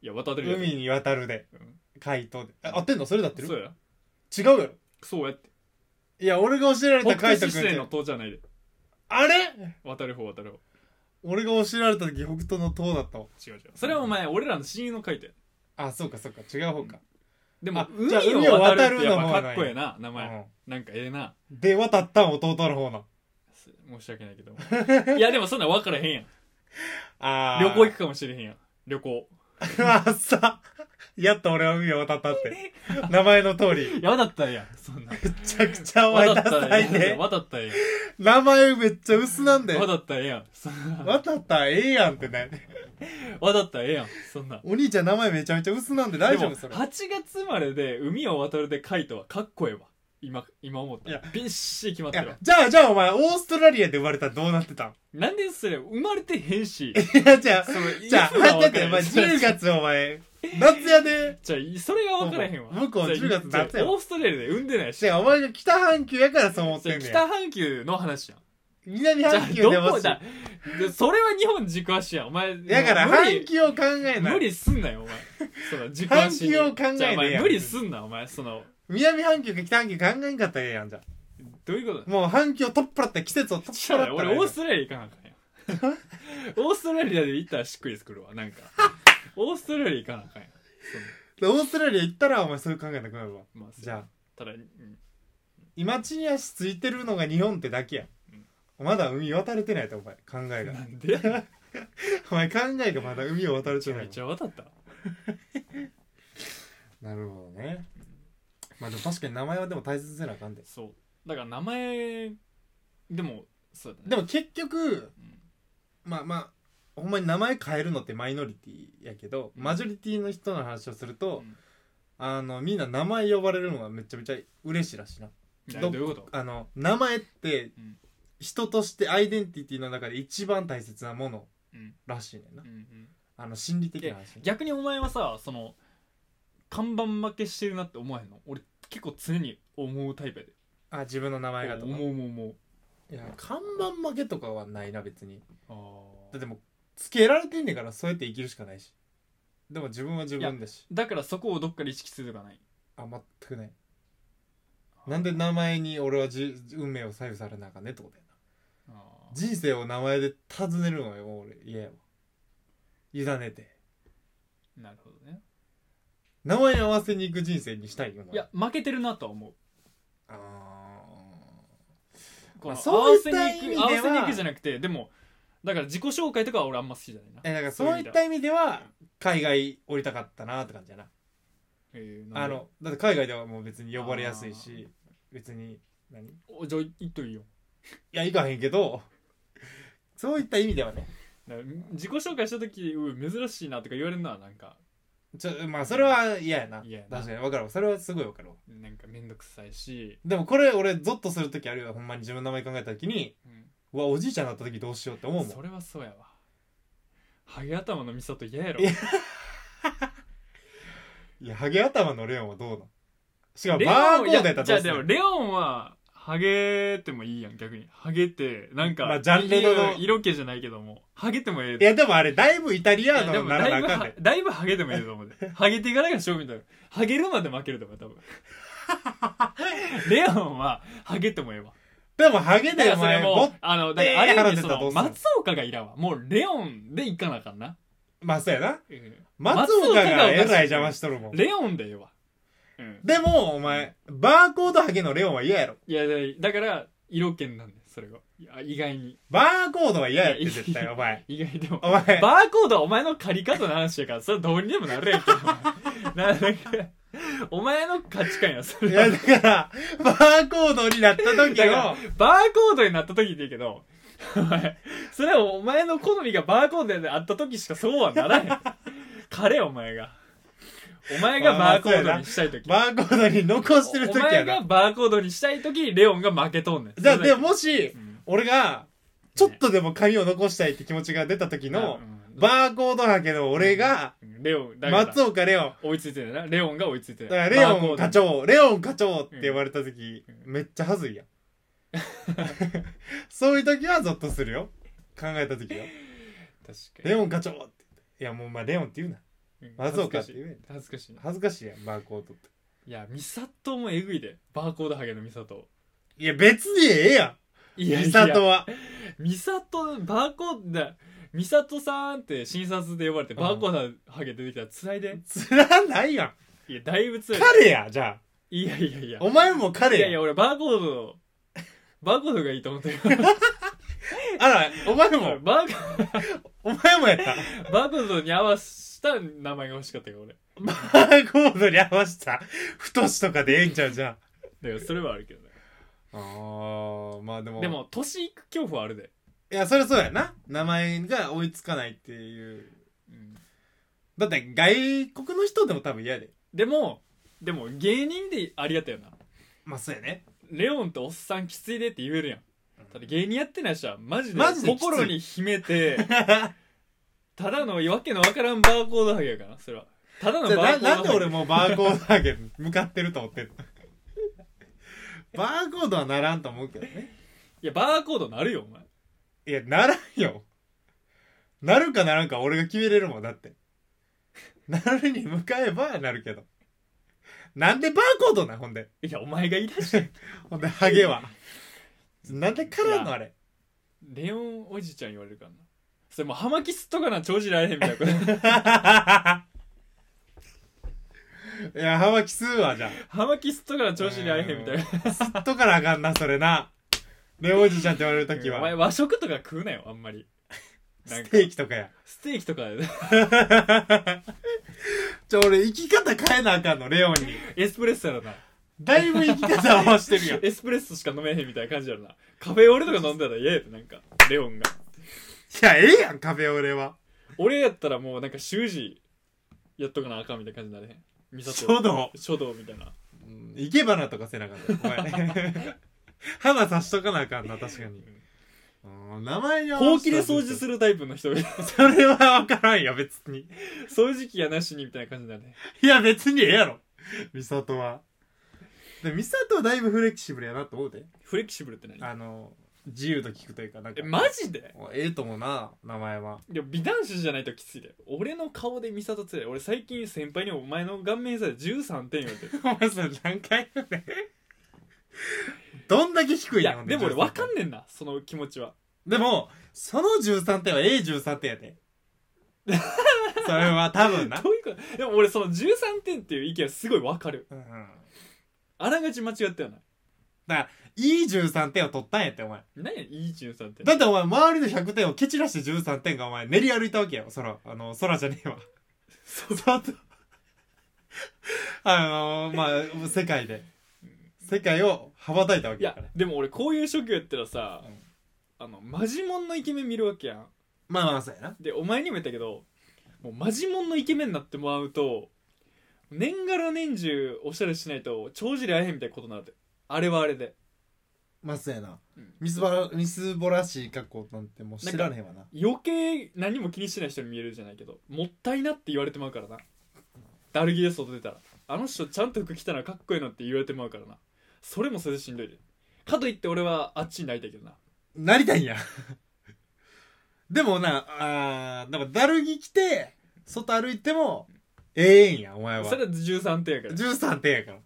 Speaker 1: いや渡ってるやん
Speaker 2: 海に渡るで
Speaker 1: うん
Speaker 2: カイトであ合ってんのそれだってる
Speaker 1: そうや
Speaker 2: 違うよ
Speaker 1: そうやって
Speaker 2: いや、俺が教えられ
Speaker 1: 北
Speaker 2: たカ
Speaker 1: 斗
Speaker 2: イト
Speaker 1: 七
Speaker 2: 君っ
Speaker 1: 星
Speaker 2: て
Speaker 1: の塔じゃないで
Speaker 2: あれ
Speaker 1: 渡る方渡る方
Speaker 2: 俺が教えられた時、北斗の塔だったわ。
Speaker 1: 違う違うそれはお前俺らの親友の書いて
Speaker 2: あ、そうかそうか、違う方か。
Speaker 1: でも
Speaker 2: あじゃあ
Speaker 1: 海を渡るってやっ
Speaker 2: 海
Speaker 1: ぱ
Speaker 2: を渡るの方は
Speaker 1: か
Speaker 2: な
Speaker 1: っ
Speaker 2: い
Speaker 1: こええな名
Speaker 2: う
Speaker 1: 前
Speaker 2: ん。
Speaker 1: なんかええな
Speaker 2: で、渡ったん弟の方の。
Speaker 1: す申し訳ないけど <laughs> いやでもそんなん分からへんやん
Speaker 2: あー。
Speaker 1: 旅行行くかもしれへんやん旅行
Speaker 2: 行く。あっさ。やっと俺は海を渡ったって。名前の通り。
Speaker 1: いや渡ったらええやんそんなん
Speaker 2: めちゃくちゃお前
Speaker 1: 渡
Speaker 2: ダ
Speaker 1: った
Speaker 2: サ
Speaker 1: らえ
Speaker 2: い
Speaker 1: えやん
Speaker 2: ね。
Speaker 1: 渡ったらええ
Speaker 2: 名前めっちゃ薄なんだ
Speaker 1: やん
Speaker 2: よ。
Speaker 1: 渡ったらええやんそんな
Speaker 2: 渡ったらええやんってね。
Speaker 1: 渡ったらええやんそんなん
Speaker 2: お兄ちゃん名前めちゃめちゃ薄なんで大丈夫
Speaker 1: で
Speaker 2: そ
Speaker 1: も
Speaker 2: れ。
Speaker 1: 8月生まれで海を渡るでカイトはかっこええわ今今思った
Speaker 2: いや
Speaker 1: びっしり決まっ
Speaker 2: い
Speaker 1: てる
Speaker 2: や
Speaker 1: わ
Speaker 2: じゃあ、じゃあお前、オーストラリアで生まれたらどうなってたん
Speaker 1: なんでそれ生まれてへんし
Speaker 2: いや、じゃあ、
Speaker 1: その
Speaker 2: じゃあ、
Speaker 1: 意味が分
Speaker 2: はだっ
Speaker 1: から
Speaker 2: て、
Speaker 1: へん
Speaker 2: お前、10月、お前、夏やで。
Speaker 1: じゃあそれが分からへんわ
Speaker 2: 向こう
Speaker 1: じゃあ
Speaker 2: 10月
Speaker 1: じゃあ
Speaker 2: 夏やわ
Speaker 1: オーストラリアで産んでないし
Speaker 2: じゃあ、お前が北半球やからそう思っ
Speaker 1: じゃ
Speaker 2: て
Speaker 1: あ
Speaker 2: んねや。
Speaker 1: 北半球の話やん
Speaker 2: 南
Speaker 1: じゃ
Speaker 2: 半
Speaker 1: あ
Speaker 2: 球で
Speaker 1: ど
Speaker 2: も
Speaker 1: こ
Speaker 2: しだ
Speaker 1: だでそれは日本軸足やんお前
Speaker 2: から
Speaker 1: 無
Speaker 2: 半
Speaker 1: 理
Speaker 2: 球を考えな
Speaker 1: 無
Speaker 2: い
Speaker 1: 理すんなよお前その軸足に
Speaker 2: 半球を考えねえやん
Speaker 1: じゃあお前無理すんなお前その
Speaker 2: 南半球か北半球考えんかったらええやんじゃ
Speaker 1: どういうこと
Speaker 2: んもう半球を取っ払って季節を取っ
Speaker 1: ちょっ
Speaker 2: 払
Speaker 1: と
Speaker 2: った
Speaker 1: 俺
Speaker 2: らええ
Speaker 1: オ
Speaker 2: や
Speaker 1: ー
Speaker 2: ん
Speaker 1: ストラリア行かなあか
Speaker 2: <laughs>
Speaker 1: んやんオーストラリアで行ったらしっくり作るわなんかオーストラリア行かなあかんやん
Speaker 2: でオーストラリア行ったらお前そういう考えなくなるわ
Speaker 1: そのまあ
Speaker 2: じゃあ
Speaker 1: ただ、うん
Speaker 2: 今地に足ついてるのが日本ってだけや
Speaker 1: うん
Speaker 2: まだ海渡れてないとお前考
Speaker 1: <laughs>
Speaker 2: えが
Speaker 1: なんで
Speaker 2: お前考えがまだ海を渡れ
Speaker 1: め
Speaker 2: て
Speaker 1: ちゃ
Speaker 2: な
Speaker 1: め
Speaker 2: い
Speaker 1: ちゃ渡った
Speaker 2: なるほどねまあでも確かに名前はでも大切せなあかんで
Speaker 1: そうだから名前でもそうだね
Speaker 2: でも結局
Speaker 1: うん
Speaker 2: まあまあほんまに名前変えるのってマイノリティやけどマジョリティの人の話をすると、
Speaker 1: うん
Speaker 2: あのみんな名前呼ばれるのがめちゃめちゃ嬉しいらしいな
Speaker 1: え
Speaker 2: ど
Speaker 1: どういうこと
Speaker 2: あの名前って
Speaker 1: うん
Speaker 2: 人としてアイデンティティの中で一番大切なもの
Speaker 1: うん
Speaker 2: らしいねんな
Speaker 1: うんうん
Speaker 2: あの心理的な話ね
Speaker 1: 逆にお前はさその看板負けしてるなって思わへんの俺結構常に思うタイプやで
Speaker 2: あ自分の名前がとか
Speaker 1: 思う思う思う
Speaker 2: いや看板負けとかはないな別に
Speaker 1: あ
Speaker 2: だっ
Speaker 1: ー
Speaker 2: てもうつけられてんねんからそうやって生きるしかないしでも自分は自分だし
Speaker 1: だからそこをどっかで意識するとかない
Speaker 2: あ全くないなんで名前に俺はじ運命を左右されなあかんねってことやな
Speaker 1: あー
Speaker 2: 人生を名前で尋ねるのよもう俺嫌やわ委ねて
Speaker 1: なるほどね
Speaker 2: 名前に合わせに行く人生にしたいよお前
Speaker 1: いや負けてるなとは思う
Speaker 2: あ
Speaker 1: この
Speaker 2: まあ
Speaker 1: 合わせに
Speaker 2: そうい
Speaker 1: 行く合
Speaker 2: った意味で
Speaker 1: わ
Speaker 2: は
Speaker 1: せに行くじゃなくてでもだから自己紹介とかは俺あんま好きじゃないな
Speaker 2: ーえだからそういった意味では海外降りたかったなって感じやな
Speaker 1: えーなんで
Speaker 2: あのだって海外ではもう別に呼ばれやすいし別に何い
Speaker 1: おじゃあ言っといいよ
Speaker 2: や行かへんけどそういった意味ではね
Speaker 1: だから自己紹介した時う珍しいなとか言われるのはなんか
Speaker 2: ちょまあそれは嫌やな
Speaker 1: 嫌やな
Speaker 2: 確かに分かるわそれはすごい分かるわ
Speaker 1: なんか面倒くさいし、
Speaker 2: でもこれ俺ゾッとする時あるよほんまに自分の名前考えた時に
Speaker 1: うん
Speaker 2: うわおじいちゃんになった時どうしようって思うもん
Speaker 1: それはそうやわハゲ頭のミサト嫌やろ
Speaker 2: いやいやハゲ頭のレオンはどうなんしかも
Speaker 1: レ
Speaker 2: バー
Speaker 1: オン
Speaker 2: コード
Speaker 1: い
Speaker 2: や
Speaker 1: や
Speaker 2: ったら
Speaker 1: じ
Speaker 2: ど
Speaker 1: ゃ
Speaker 2: う
Speaker 1: あ
Speaker 2: す
Speaker 1: でも
Speaker 2: る
Speaker 1: レオンはハゲてもいいやん逆にハゲてなんか、
Speaker 2: まあジャンルの
Speaker 1: いい色気じゃないけどもハゲてもええ
Speaker 2: いやでもあれだいぶイタリアー
Speaker 1: いやで
Speaker 2: ノに
Speaker 1: も
Speaker 2: なら
Speaker 1: だ
Speaker 2: ないあ
Speaker 1: ぶ
Speaker 2: かん
Speaker 1: は
Speaker 2: ね
Speaker 1: だいぶハゲてもいいと
Speaker 2: <laughs>
Speaker 1: 思うでハゲていかないが勝負みたいなハゲるまで負けるとか多分レオンはハゲてもええわ
Speaker 2: でもハゲ
Speaker 1: だか
Speaker 2: <laughs> で
Speaker 1: ら
Speaker 2: お
Speaker 1: それ
Speaker 2: 前
Speaker 1: も
Speaker 2: も
Speaker 1: うあのだからあれ
Speaker 2: 腹
Speaker 1: やけ
Speaker 2: 立て
Speaker 1: そ
Speaker 2: たらど
Speaker 1: の
Speaker 2: うすんの
Speaker 1: 松岡がいらんわもうレオンでいかなあかんな、
Speaker 2: まあそうやな
Speaker 1: うん
Speaker 2: 松
Speaker 1: 松
Speaker 2: 岡が
Speaker 1: 岡
Speaker 2: え
Speaker 1: がおかしい
Speaker 2: らい邪魔しとるもん
Speaker 1: レオンでええわ、うん、
Speaker 2: でもお前バーコードハゲのレオンは嫌やろ
Speaker 1: いやだだから色気なんでそれがいや意外に
Speaker 2: バーコードは嫌やって絶対お前
Speaker 1: 意外でも
Speaker 2: お前
Speaker 1: バーコードはお前の借り方の話やからそれどうにでもなるやん
Speaker 2: <laughs>
Speaker 1: けお前ななんかお前の価値観やそ
Speaker 2: い
Speaker 1: れは
Speaker 2: やだからバーコードになった時
Speaker 1: だ
Speaker 2: の
Speaker 1: からバーコードになった時でいいけど、お前、それはお前の好みがバーコードであった時しかそうはならへん。彼お前が。お前がバーコードにしたい時。
Speaker 2: バーコードに残してる
Speaker 1: お
Speaker 2: 時や
Speaker 1: 前
Speaker 2: な
Speaker 1: がバーコードにしたい時、レオンが負けとんねん。
Speaker 2: じゃあで
Speaker 1: も、
Speaker 2: ももし
Speaker 1: うん
Speaker 2: 俺がちょっとでも髪を残したいって気持ちが出た時の
Speaker 1: うん
Speaker 2: バーコードハゲの俺が
Speaker 1: レオン、だから
Speaker 2: 松岡レオン
Speaker 1: 追いついてるな。レオンが追いついてる。
Speaker 2: だからレ
Speaker 1: バー
Speaker 2: オ
Speaker 1: コード
Speaker 2: ン課長レオン課長って言われた時
Speaker 1: う
Speaker 2: めっちゃはずいやん <laughs> そういう時はゾッとするよ考えた時よ
Speaker 1: 確か
Speaker 2: レ
Speaker 1: に。
Speaker 2: オン課長っていやもうまあレオンって言うな
Speaker 1: うん
Speaker 2: 松岡っ
Speaker 1: 恥ず
Speaker 2: て
Speaker 1: かしい。
Speaker 2: 言うね
Speaker 1: 恥ずかしいな。
Speaker 2: 恥ずかしいやんバーコードって
Speaker 1: いや、ミサトもえぐいで。バーコードハゲのミサト。
Speaker 2: いや別にええや
Speaker 1: い
Speaker 2: ん美里は
Speaker 1: ミサトバーコードだミサトさんって診察で呼ばれて
Speaker 2: うん
Speaker 1: バーコードハゲ出てきたらついで
Speaker 2: つらないやん
Speaker 1: いやだいぶつい
Speaker 2: 彼やじゃ
Speaker 1: いやいやいや
Speaker 2: あお前も
Speaker 1: い
Speaker 2: 彼
Speaker 1: や
Speaker 2: や
Speaker 1: いや俺バーコードバーコードがいいと思ってる
Speaker 2: <laughs> あらお前
Speaker 1: バー
Speaker 2: も
Speaker 1: コー
Speaker 2: お前もやった
Speaker 1: ドバーコードに合わせた名前が欲しかったよ俺
Speaker 2: バーコードに合わせた太しとかでええんちゃうじゃん
Speaker 1: だからそれはあるけどね
Speaker 2: あーまあでも
Speaker 1: でも年いく恐怖はあるで、
Speaker 2: いやそれそうやな名前が追いつかないっていうだって外国の人でも多分嫌で
Speaker 1: でもでも芸人でありがたいよな
Speaker 2: まあそうや <laughs> ね
Speaker 1: レオンとおっさんきついでって言えるやんただ芸人やってない人はマジで
Speaker 2: マジできつい
Speaker 1: 心に秘めてただのわけのわからんバーコードハゲやからなそれはただの
Speaker 2: じゃ
Speaker 1: バ
Speaker 2: あな
Speaker 1: ーコードハゲ
Speaker 2: なんで俺もうバーコードハゲ <laughs> 向かってると思ってんのバーコードはならんと思うけどね
Speaker 1: いやバーコードなるよお前
Speaker 2: いやならんよなるかならんか俺が決めれるもんだってなるに向かえばなるけどなんでバーコードなんほんで
Speaker 1: いやお前が言い出して
Speaker 2: ほんでハゲはなんでカラーのあれ
Speaker 1: レオンおじちゃん言われるからなそれもうハマキスとかな長寿られへんみたいなこと
Speaker 2: <laughs> <laughs> いやハマキスーはじゃあ
Speaker 1: ハマキスとかな長寿られへんみたいな
Speaker 2: 吸っとかなあかんなそれなレオおじちゃんって言われる時
Speaker 1: お前
Speaker 2: は
Speaker 1: 和食とか食うなよあんまりなん
Speaker 2: ス
Speaker 1: か
Speaker 2: テーキとかや
Speaker 1: ステーキとか
Speaker 2: ちょ俺生き方変えなあかんのレオンに
Speaker 1: エスプレッソやろな
Speaker 2: だいぶ生き方合わしてるやん
Speaker 1: エスプレッソしか飲めへんみたいな感じやろなカフェオレとか飲んだら嫌やってなんかレオンが
Speaker 2: いや、ええやん、カフェオレは。
Speaker 1: 俺やったらもうなんか習字やっとかなあかんみたいな感じになれへん美里
Speaker 2: 書道。
Speaker 1: 書道みたいな
Speaker 2: 生け花とかせなあかった。お前花さしとかなあかんな、確かに。うん名前に
Speaker 1: ほうきで掃除す
Speaker 2: る。
Speaker 1: るタイプの人 <laughs>
Speaker 2: それはわからんや、別に。
Speaker 1: 掃除機やなしにみたいな感じになるね
Speaker 2: いや、別にええやろ。美里は。で美里はだいぶフレキシブルやなと思うで。
Speaker 1: フレキシブルって何
Speaker 2: あの、自由と聞くというか、なんか。
Speaker 1: えマジで
Speaker 2: ええと思うな、名前は。
Speaker 1: いや美男子じゃないときついで俺の顔で美里つれ俺最近先輩にお前の顔面差で13点言われてる
Speaker 2: お前それ何回言うねんどんだけ <laughs>
Speaker 1: い
Speaker 2: 低いねん
Speaker 1: や
Speaker 2: ほ
Speaker 1: でも俺
Speaker 2: 13
Speaker 1: 分かんねんなその気持ちは
Speaker 2: でも、その13点は A13 点やで。 <laughs> それは多分な。
Speaker 1: どういうことでも俺その13点っていう意見はすごい分かる
Speaker 2: うんうん
Speaker 1: あらがち間違ってはない
Speaker 2: E13 点を取ったんやって、お前。
Speaker 1: 何やいい13点
Speaker 2: だってお前、周りの100点を蹴散らして13点がお前、練り歩いたわけやろ。空、あの、空じゃねえわ。そう。 <laughs> あのまあ、世界で。世界を羽ばたいたわ
Speaker 1: い
Speaker 2: けや
Speaker 1: や
Speaker 2: から。
Speaker 1: でも俺こういう職業やったらさ、
Speaker 2: うん
Speaker 1: あのマジモンのイケメン見るわけやん
Speaker 2: まあまあ、そうやな。
Speaker 1: でお前にも言ったけどもうマジモンのイケメンになってもらうと年がら年中おしゃれしないと長寿で会えへんみたいなことになるであれはあれで、
Speaker 2: まあ、そうやな。
Speaker 1: うん
Speaker 2: みすぼら、みすぼらしい格好なんてもう知らねえわな。
Speaker 1: 余計何も気にしてない人に見えるじゃないけどもったいなって言われてまうからなだるぎで外出たらあの人ちゃんと服着たらかっこいいなって言われてまうからなそれもそれでしんどいでかといって俺はあっちになりたいけどな
Speaker 2: なりたいんや。でもな、あー、だから、だるぎ来て、外歩いても、ええんや、お前は
Speaker 1: そ。れは13点やから
Speaker 2: 13点やから。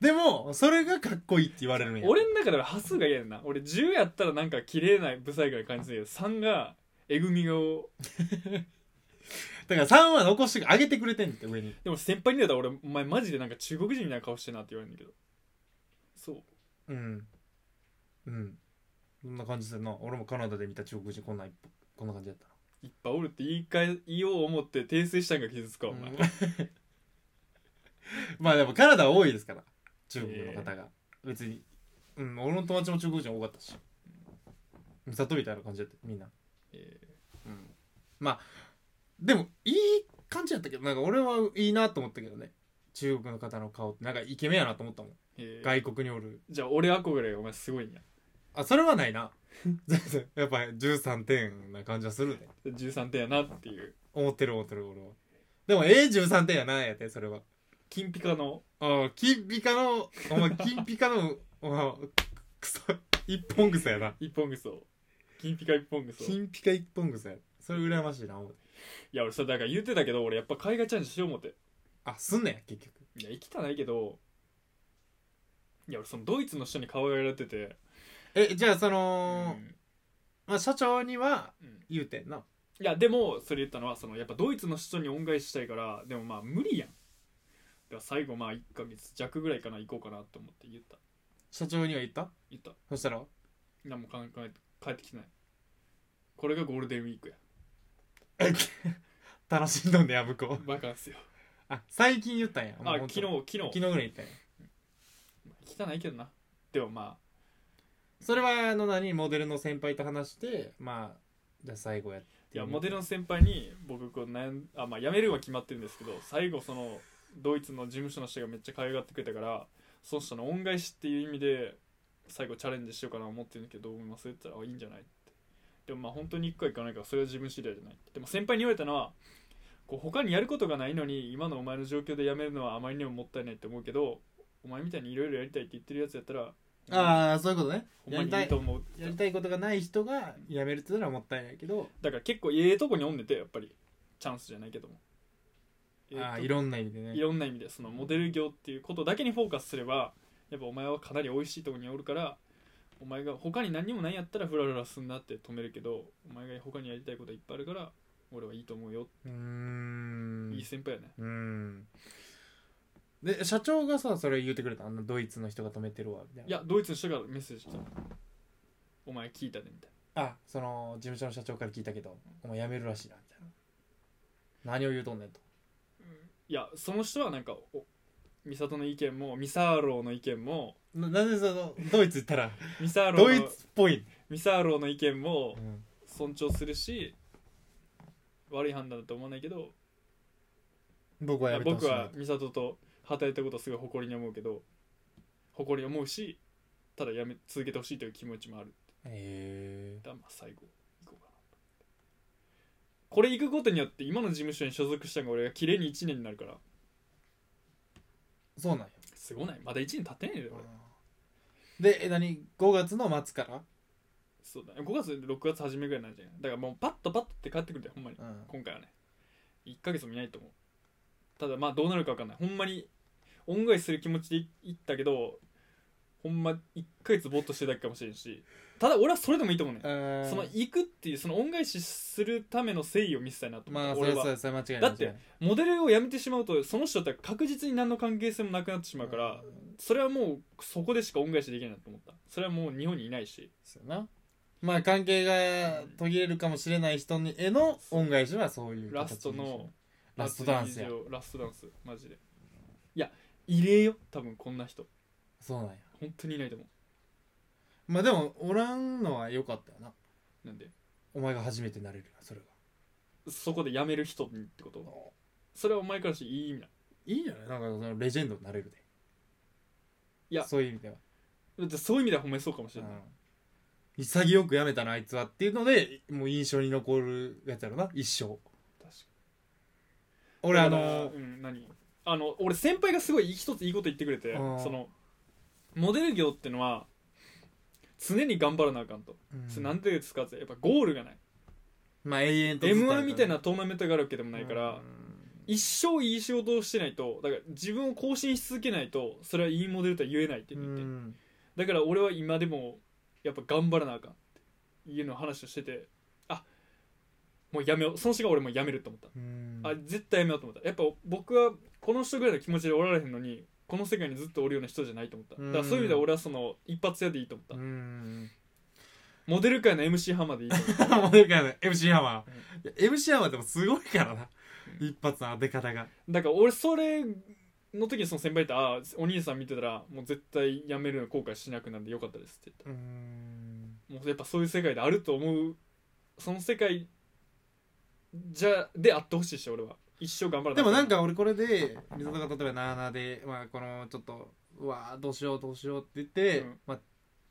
Speaker 2: でも、それがかっこいいって言われるんや。
Speaker 1: 俺の中では端数が嫌やんな俺10やったらなんか綺麗なブサイクな感じだけど3がえぐみを
Speaker 2: だから3は残してあげてくれてんって、上に。
Speaker 1: でも先輩に言ったら俺お前マジでなんか中国人みたいな顔してんなって言われるんだけどそう
Speaker 2: うん。うん。そんな感じするな。俺もカナダで見た中国人、こんなん、こんな感じだったない
Speaker 1: っぱいおるって言い換え言おう思って訂正したんが傷つくわお前、
Speaker 2: うん <laughs> まあでも、カナダは多いですから、中国の方が。別に、うん、俺の友達も中国人多かったし。里みたいな感じだった、みんな。
Speaker 1: えー
Speaker 2: でもいい感じやったけどなんか俺はいいなと思ったけどね中国の方の顔ってなんかイケメンやなと思ったもん
Speaker 1: えー
Speaker 2: 外国におる
Speaker 1: じゃあ俺憧れがお前すごいんや
Speaker 2: あそれはないな全然やっぱ13点な感じはするね
Speaker 1: 13点やなっていう
Speaker 2: 思ってる思ってる俺はでも A13 点やなやってそれは
Speaker 1: 金ピカの
Speaker 2: ああ金ピカのお
Speaker 1: <laughs>
Speaker 2: 前金ピカのお前クソ一本草やな
Speaker 1: 一本ぐそ金ピカ一本ぐそい
Speaker 2: 金ピカ一本草やそれ羨ましいな思って
Speaker 1: や俺さだから言ってたけど俺やっぱ海外チャレンジしよう思って
Speaker 2: あすんねや結局
Speaker 1: いや生きたないけどいや俺そのドイツの人に顔がやられてて
Speaker 2: えじゃあそうの、
Speaker 1: ん
Speaker 2: まあ、社長には
Speaker 1: うん
Speaker 2: 言うてんない
Speaker 1: やでもそれ言ったのはそのやっぱドイツの人に恩返ししたいからでもまあ無理やんだから最後まあ1ヶ月弱ぐらいかな行こうかなと思って言った
Speaker 2: 社長には言った
Speaker 1: 言った
Speaker 2: そしたら
Speaker 1: 何も考えて帰ってきてないこれがゴールデンウィークや
Speaker 2: 楽しんどんねや向こう
Speaker 1: バカンスよ
Speaker 2: あ最近言ったんやも
Speaker 1: あ
Speaker 2: うほん
Speaker 1: 昨
Speaker 2: と
Speaker 1: 日昨
Speaker 2: 昨日
Speaker 1: 日
Speaker 2: ぐらい言ったんや
Speaker 1: 汚いけどなでもま
Speaker 2: それはあの何モデルの先輩と話してまあじゃあ最後やって
Speaker 1: あいやモデルの先輩に僕こう悩んあまあ辞めるは決まってるんですけど最後そのドイツの事務所の人がめっちゃ可愛がってくれたからその人の恩返しっていう意味で最後チャレンジしようかな思ってるんだけどどう思いますって言ったらあいいんじゃないってでもまあ本当に1個は行かないからそれは自分次第じゃないでも先輩に言われたのはこう他にやることがないのに今のお前の状況で辞めるのはあまりにももったいないって思うけどお前みたいにいろいろやりたいって言ってるやつやったら
Speaker 2: ああそういうことね
Speaker 1: ほん
Speaker 2: や
Speaker 1: ま
Speaker 2: り
Speaker 1: に
Speaker 2: た
Speaker 1: いい
Speaker 2: い
Speaker 1: と思う
Speaker 2: やりたいことがない人がやめるっていうのはもったいないけど
Speaker 1: だから結構ええとこにおんねてやっぱりチャンスじゃないけどもええとこ
Speaker 2: あーいろんな意味でね
Speaker 1: いろんな意味でそのモデル業っていうことだけにフォーカスすればやっぱお前はかなり美味しいとこにおるからお前が他に何にもないんやったらフラフラすんなって止めるけどお前が他にやりたいこといっぱいあるから俺はいいと思うよ、
Speaker 2: うーん
Speaker 1: いい先輩やね
Speaker 2: うんで社長がさそれ言うてくれたあのドイツの人が止めてるわみたいない
Speaker 1: やドイツの人からメッセージ来たお前聞いたでみたい
Speaker 2: あその事務所の社長から聞いたけどお前辞めるらしいなみたいな何を言うとんねんと
Speaker 1: ないやその人はなんかおミサトの意見もミサーローの意見も
Speaker 2: ななぜそのドイツ行 <laughs> ったら
Speaker 1: ミサーロ
Speaker 2: ド
Speaker 1: ー
Speaker 2: イ
Speaker 1: の
Speaker 2: ツっぽい、
Speaker 1: ミサーローの意見も
Speaker 2: うん
Speaker 1: 尊重するし悪い判断だと思わないけど
Speaker 2: 僕は辞めてほし
Speaker 1: 僕
Speaker 2: いな
Speaker 1: は美里と働いたことをすごい誇りに思うけど誇りに思うしただやめ続けてほしいという気持ちもあるって
Speaker 2: へ
Speaker 1: 言ったらまあ最後行こうかなとこれ行くことによって今の事務所に所属したのが俺が綺麗に1年になるから
Speaker 2: ー、そうなんや
Speaker 1: すごないまだ1年経ってないよ俺
Speaker 2: でえ何5月の末から、
Speaker 1: そうだね5月6月初めぐらいなんじゃないだからもうパッとパッとって帰ってくるんだよほんまに
Speaker 2: うん
Speaker 1: 今回はね1ヶ月もいないと思うただまあどうなるか分かんないほんまに恩返しする気持ちで行ったけどほんま1ヶ月ぼーっとしてただけかもしれんしただ俺はそれでもいいと思うねんその行くっていうその恩返しするための誠意を見せたいなと思う、
Speaker 2: まあそ
Speaker 1: 俺
Speaker 2: れそ
Speaker 1: は
Speaker 2: れそれ間違いない
Speaker 1: だってモデルを辞めてしまうとその人とは確実に何の関係性もなくなってしま
Speaker 2: だ
Speaker 1: うから、それはもうそこでしか恩返しできないなと思ったそれはもう日本にいないし
Speaker 2: そうやなまあ関係が途切れるかもしれない人にへの恩返しはそういう
Speaker 1: ラスト
Speaker 2: 形にし
Speaker 1: の
Speaker 2: ようラストダンスや
Speaker 1: ラストダンスマジでいや異例よ多分こんな人
Speaker 2: そうなんや
Speaker 1: 本当にいないと思
Speaker 2: まあでもおらんのは良かったよな
Speaker 1: うなんで
Speaker 2: お前が初めてなれるよそれが
Speaker 1: そこで辞める人にってことそれはお前からしていい意味だ
Speaker 2: いいんじゃないなんかそのレジェンドになれるで
Speaker 1: いや
Speaker 2: そういう意味では、
Speaker 1: だってそういう意味では褒めそうかもし
Speaker 2: う
Speaker 1: れ
Speaker 2: ん
Speaker 1: ない、
Speaker 2: 潔くやめたなあいつはっていうのでもう印象に残るやつやろな一生
Speaker 1: 確か
Speaker 2: 俺
Speaker 1: だ
Speaker 2: あ
Speaker 1: から
Speaker 2: の
Speaker 1: うん何あの俺先輩がすごい一ついいこと言ってくれて
Speaker 2: うん
Speaker 1: そのモデル業ってのは常に頑張らなあかんと、
Speaker 2: うん
Speaker 1: それなんでですかってやっぱゴールがない
Speaker 2: まあ永遠と
Speaker 1: m 1みたい
Speaker 2: な
Speaker 1: なトーナメントがあるわけでもないから、一生いい仕事をしてないとだから自分を更新し続けないとそれはいいモデルとは言えないって言って、だから俺は今でもやっぱ頑張らなあかんっていうのを話をしててあもうやめようその人が俺もうやめると思った、あ絶対やめようと思ったやっぱ僕はこの人ぐらいの気持ちでおられへんのにこの世界にずっとおるような人じゃないと思っただからそういう意味では俺はその一発屋でいいと思った、モデル界の MC ハマでいいと思った
Speaker 2: モデル界の MC ハマー、いや MC ハマーでもすごいからな、
Speaker 1: う
Speaker 2: 一発の当て方が
Speaker 1: だから俺それの時にその先輩とあお兄さん見てたらもう絶対やめるの後悔しなくなんでよかったですって言ったもうやっぱそういう世界であると思うその世界じゃであってほしいし俺は一生頑張ら
Speaker 2: でもなん
Speaker 1: か
Speaker 2: か俺これで水戸が例えば77で、まあ、このちょっとうわーどうしようどうしようって言って、
Speaker 1: うん
Speaker 2: まあ、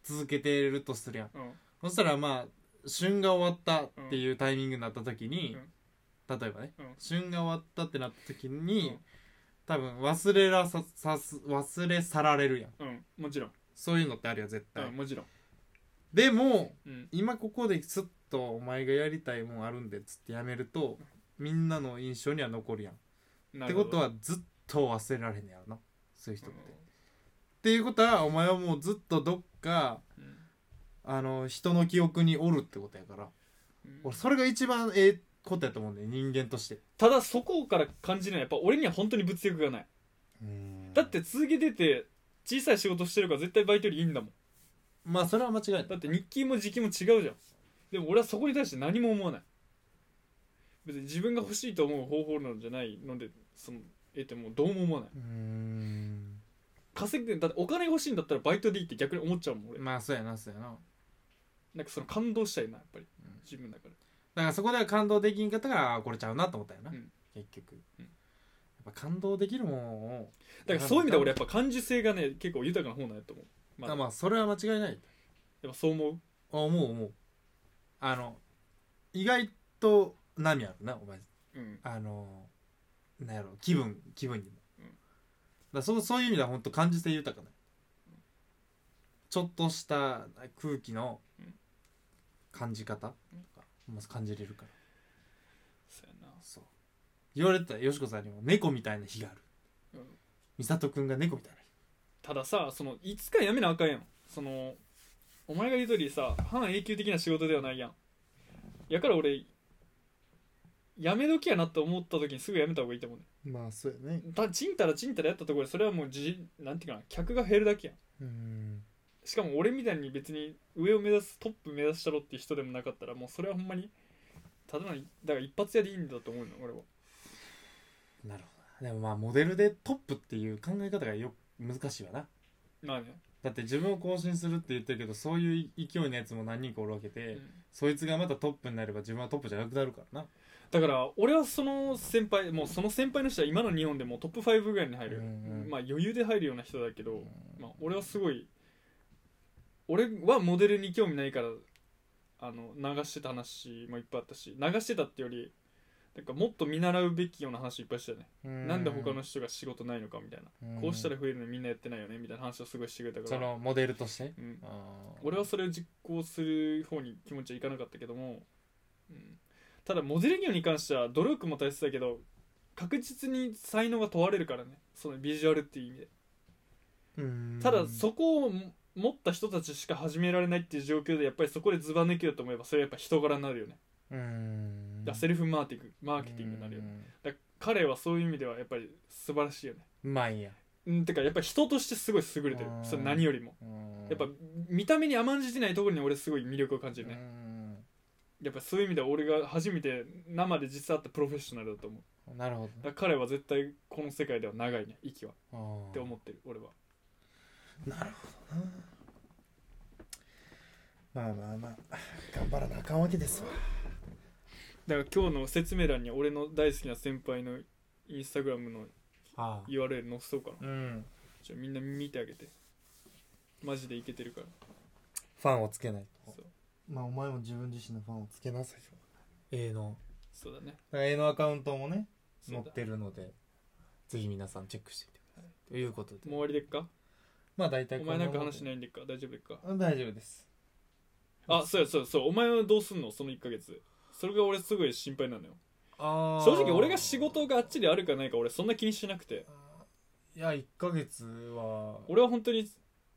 Speaker 2: 続けてるとするやん
Speaker 1: うん
Speaker 2: そしたらまあ旬が終わったっていうタイミングになった時に、例えばね、
Speaker 1: うん
Speaker 2: 旬が終わったってなった時に、
Speaker 1: うん
Speaker 2: 多分忘れらささす忘れ去られるやん
Speaker 1: うんもちろん、
Speaker 2: そういうのってあるよ絶対、
Speaker 1: うんもちろん
Speaker 2: でも
Speaker 1: うん
Speaker 2: 今ここですっとお前がやりたいもんあるんでっつってやめるとみんなの印象には残るやんっ
Speaker 1: な
Speaker 2: て
Speaker 1: る
Speaker 2: こ
Speaker 1: ほど
Speaker 2: とはずっと忘れられへんねやろなそういう人って、っ
Speaker 1: う
Speaker 2: ていうことはお前はもうずっとどっか
Speaker 1: んうん
Speaker 2: あの人の記憶におるってことやから
Speaker 1: うん
Speaker 2: 俺それが一番ええことやと思うんだよ人間として
Speaker 1: ただそこから感じるのはやっぱ俺には本当に物欲がないだって続けてて小さい仕事してるから絶対バイトよりいいんだもん
Speaker 2: まあそれは間違いない
Speaker 1: だって日勤も時勤も違うじゃんでも俺はそこに対して何も思わない別に自分が欲しいと思う方法なんじゃないのでその得てもどうも思わない
Speaker 2: うん
Speaker 1: 稼ぐだってお金欲しいんだったらバイトでいいって逆に思っちゃうもん俺
Speaker 2: まあそうやなそうやな
Speaker 1: なんかその感動したいなやっぱり、
Speaker 2: うん
Speaker 1: 自分だから
Speaker 2: だからそこでは感動できんかったからあーこれちゃうなと思ったよな、
Speaker 1: うん
Speaker 2: 結局、
Speaker 1: うん
Speaker 2: やっぱ感動できるもんを
Speaker 1: だからそういう意味では俺やっぱ感受性がね結構豊かな方なんやと思うまあ
Speaker 2: あまあそれは間違いない
Speaker 1: やっぱそう思う
Speaker 2: あ思う思うあの意外と波あるなお前
Speaker 1: うん
Speaker 2: あのなんやろ気分気分にも、
Speaker 1: うん
Speaker 2: だからそうそういう意味では本当感じ性豊かなちょっとした空気の
Speaker 1: うん
Speaker 2: 感じ方まず感じれるから
Speaker 1: そうやな
Speaker 2: そう言われてたよしこさんにも猫みたいな日がある
Speaker 1: うん
Speaker 2: 美里くんが猫みたいな日
Speaker 1: たださそのいつかやめなあかんやんそのお前が言う通りさ半永久的な仕事ではないやんやから俺やめ時やなって思った時にすぐやめた方がいいと思うね
Speaker 2: まあそうやね
Speaker 1: たちんたらちんたらやったところでそれはもうじなんていうかな客が減るだけやん
Speaker 2: うん
Speaker 1: しかも俺みたいに別に上を目指すトップ目指したろっていう人でもなかったらもうそれはほんまにただのだから一発屋でいいんだと思うの俺は
Speaker 2: なるほどなでもまあモデルでトップっていう考え方がよ難しいわな
Speaker 1: まあね、
Speaker 2: だって自分を更新するって言ってるけどそういう勢いのやつも何人かおるわけで、
Speaker 1: うん
Speaker 2: そいつがまたトップになれば自分はトップじゃなくなるからな
Speaker 1: だから俺はその先輩もうその先輩の人は今の日本でもうトップ5ぐらいに入る、
Speaker 2: うんうん
Speaker 1: まあ余裕で入るような人だけど、まあ、俺はすごい俺はモデルに興味ないからあの流してた話もいっぱいあったし流してたってよりなんかもっと見習うべきような話いっぱいしてたね、なんで他の人が仕事ないのかみたいな、
Speaker 2: うん
Speaker 1: こうしたら増えるのみんなやってないよねみたいな話をすごいしてくれたか
Speaker 2: そ
Speaker 1: ら、
Speaker 2: のモデルとして
Speaker 1: うん、
Speaker 2: あー
Speaker 1: 俺はそれを実行する方に気持ちはいかなかったけども、うん、ただモデル業に関しては努力も大切だけど確実に才能が問われるからねそのビジュアルっていう意味で
Speaker 2: うん
Speaker 1: ただそこを持った人たちしか始められないっていう状況でやっぱりそこでずば抜けようと思えばそれはやっぱ人柄になるよね、
Speaker 2: うん
Speaker 1: だからセルフマーティングマーケティングになるよね、だから彼はそういう意味ではやっぱり素晴らしいよね
Speaker 2: うんうまいんや
Speaker 1: うんてかやっぱり人としてすごい優れてる
Speaker 2: うん
Speaker 1: それ何よりもやっぱ見た目に甘んじてないところに俺すごい魅力を感じるね、
Speaker 2: ね
Speaker 1: やっぱそういう意味では俺が初めて生で実際会ったプロフェッショナルだと思う
Speaker 2: なるほ
Speaker 1: だから彼は絶対この世界では長いね息は
Speaker 2: どな
Speaker 1: って思ってる俺は
Speaker 2: うんなるほどなまあまあまあ頑張らなあかんわけですわ
Speaker 1: だから今日の説明欄に俺の大好きな先輩のインスタグラムの
Speaker 2: あ
Speaker 1: URL 載せそうかな
Speaker 2: うん
Speaker 1: じゃあみんな見てあげてマジでいけてるから
Speaker 2: ファンをつけないと
Speaker 1: そう
Speaker 3: まあお前も自分自身のファンをつけなさいよ
Speaker 2: A の
Speaker 1: そうだね
Speaker 2: A のアカウントもね
Speaker 1: そう
Speaker 2: 持
Speaker 1: だ
Speaker 2: ってるのでぜひ皆さんチェックしてみてください、ということで
Speaker 1: もう終わりでっか
Speaker 2: まあ大体
Speaker 1: お
Speaker 2: こ
Speaker 1: 前なんか
Speaker 2: もんで
Speaker 1: 話しないんでっか大丈夫でっか
Speaker 2: うん大丈夫です
Speaker 1: あそうやそうやそうお前はどうすんのその1ヶ月それが俺すごい心配なのよ
Speaker 2: あー
Speaker 1: 正直俺が仕事があっちであるかないか俺そんな気にしなくて
Speaker 2: いや1ヶ月は
Speaker 1: 俺は本当に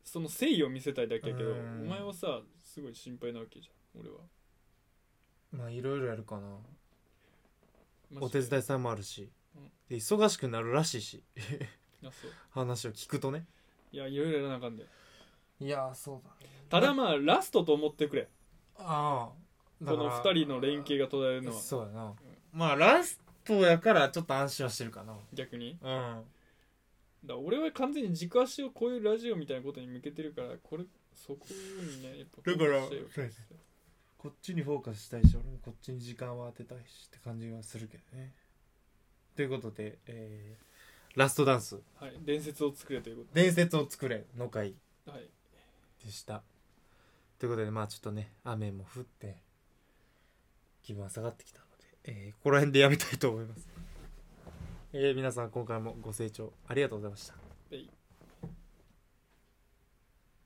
Speaker 1: その誠意を見せたいだけやけどお
Speaker 2: うん
Speaker 1: 前はさすごい心配なわけじゃん俺は
Speaker 2: まあいろいろやるかな
Speaker 1: マジで
Speaker 2: お手伝いさんもあるし、
Speaker 1: うん
Speaker 2: で忙しくなるらしいし
Speaker 1: あそう
Speaker 2: 話を聞くとね
Speaker 1: いやいろいろやらなあかんで
Speaker 3: いやーそうだね
Speaker 1: ただまあラストと思ってくれ
Speaker 2: ああ
Speaker 1: この2人の連携が途絶えるのは
Speaker 2: そうやな、まあラストやからちょっと安心はしてるかな
Speaker 1: 逆に
Speaker 2: う
Speaker 1: だ
Speaker 2: ん
Speaker 1: から俺は完全に軸足をこういうラジオみたいなことに向けてるからこれそこにねやっぱ
Speaker 2: だから
Speaker 1: フォーカスし
Speaker 2: そう
Speaker 1: たい
Speaker 2: や
Speaker 1: よ
Speaker 2: ねこっちにフォーカスしたいし俺もこっちに時間を当てたいしって感じがするけどねということで、えーラストダンス
Speaker 1: はい伝説を作れというこ
Speaker 2: 「伝説を作れ」の回
Speaker 1: とはい
Speaker 2: でしたということでまあちょっとね雨も降って気分は下がってきたので、えーここら辺でやめたいと思います、えー皆さん今回もご清聴ありがとうございました
Speaker 1: はい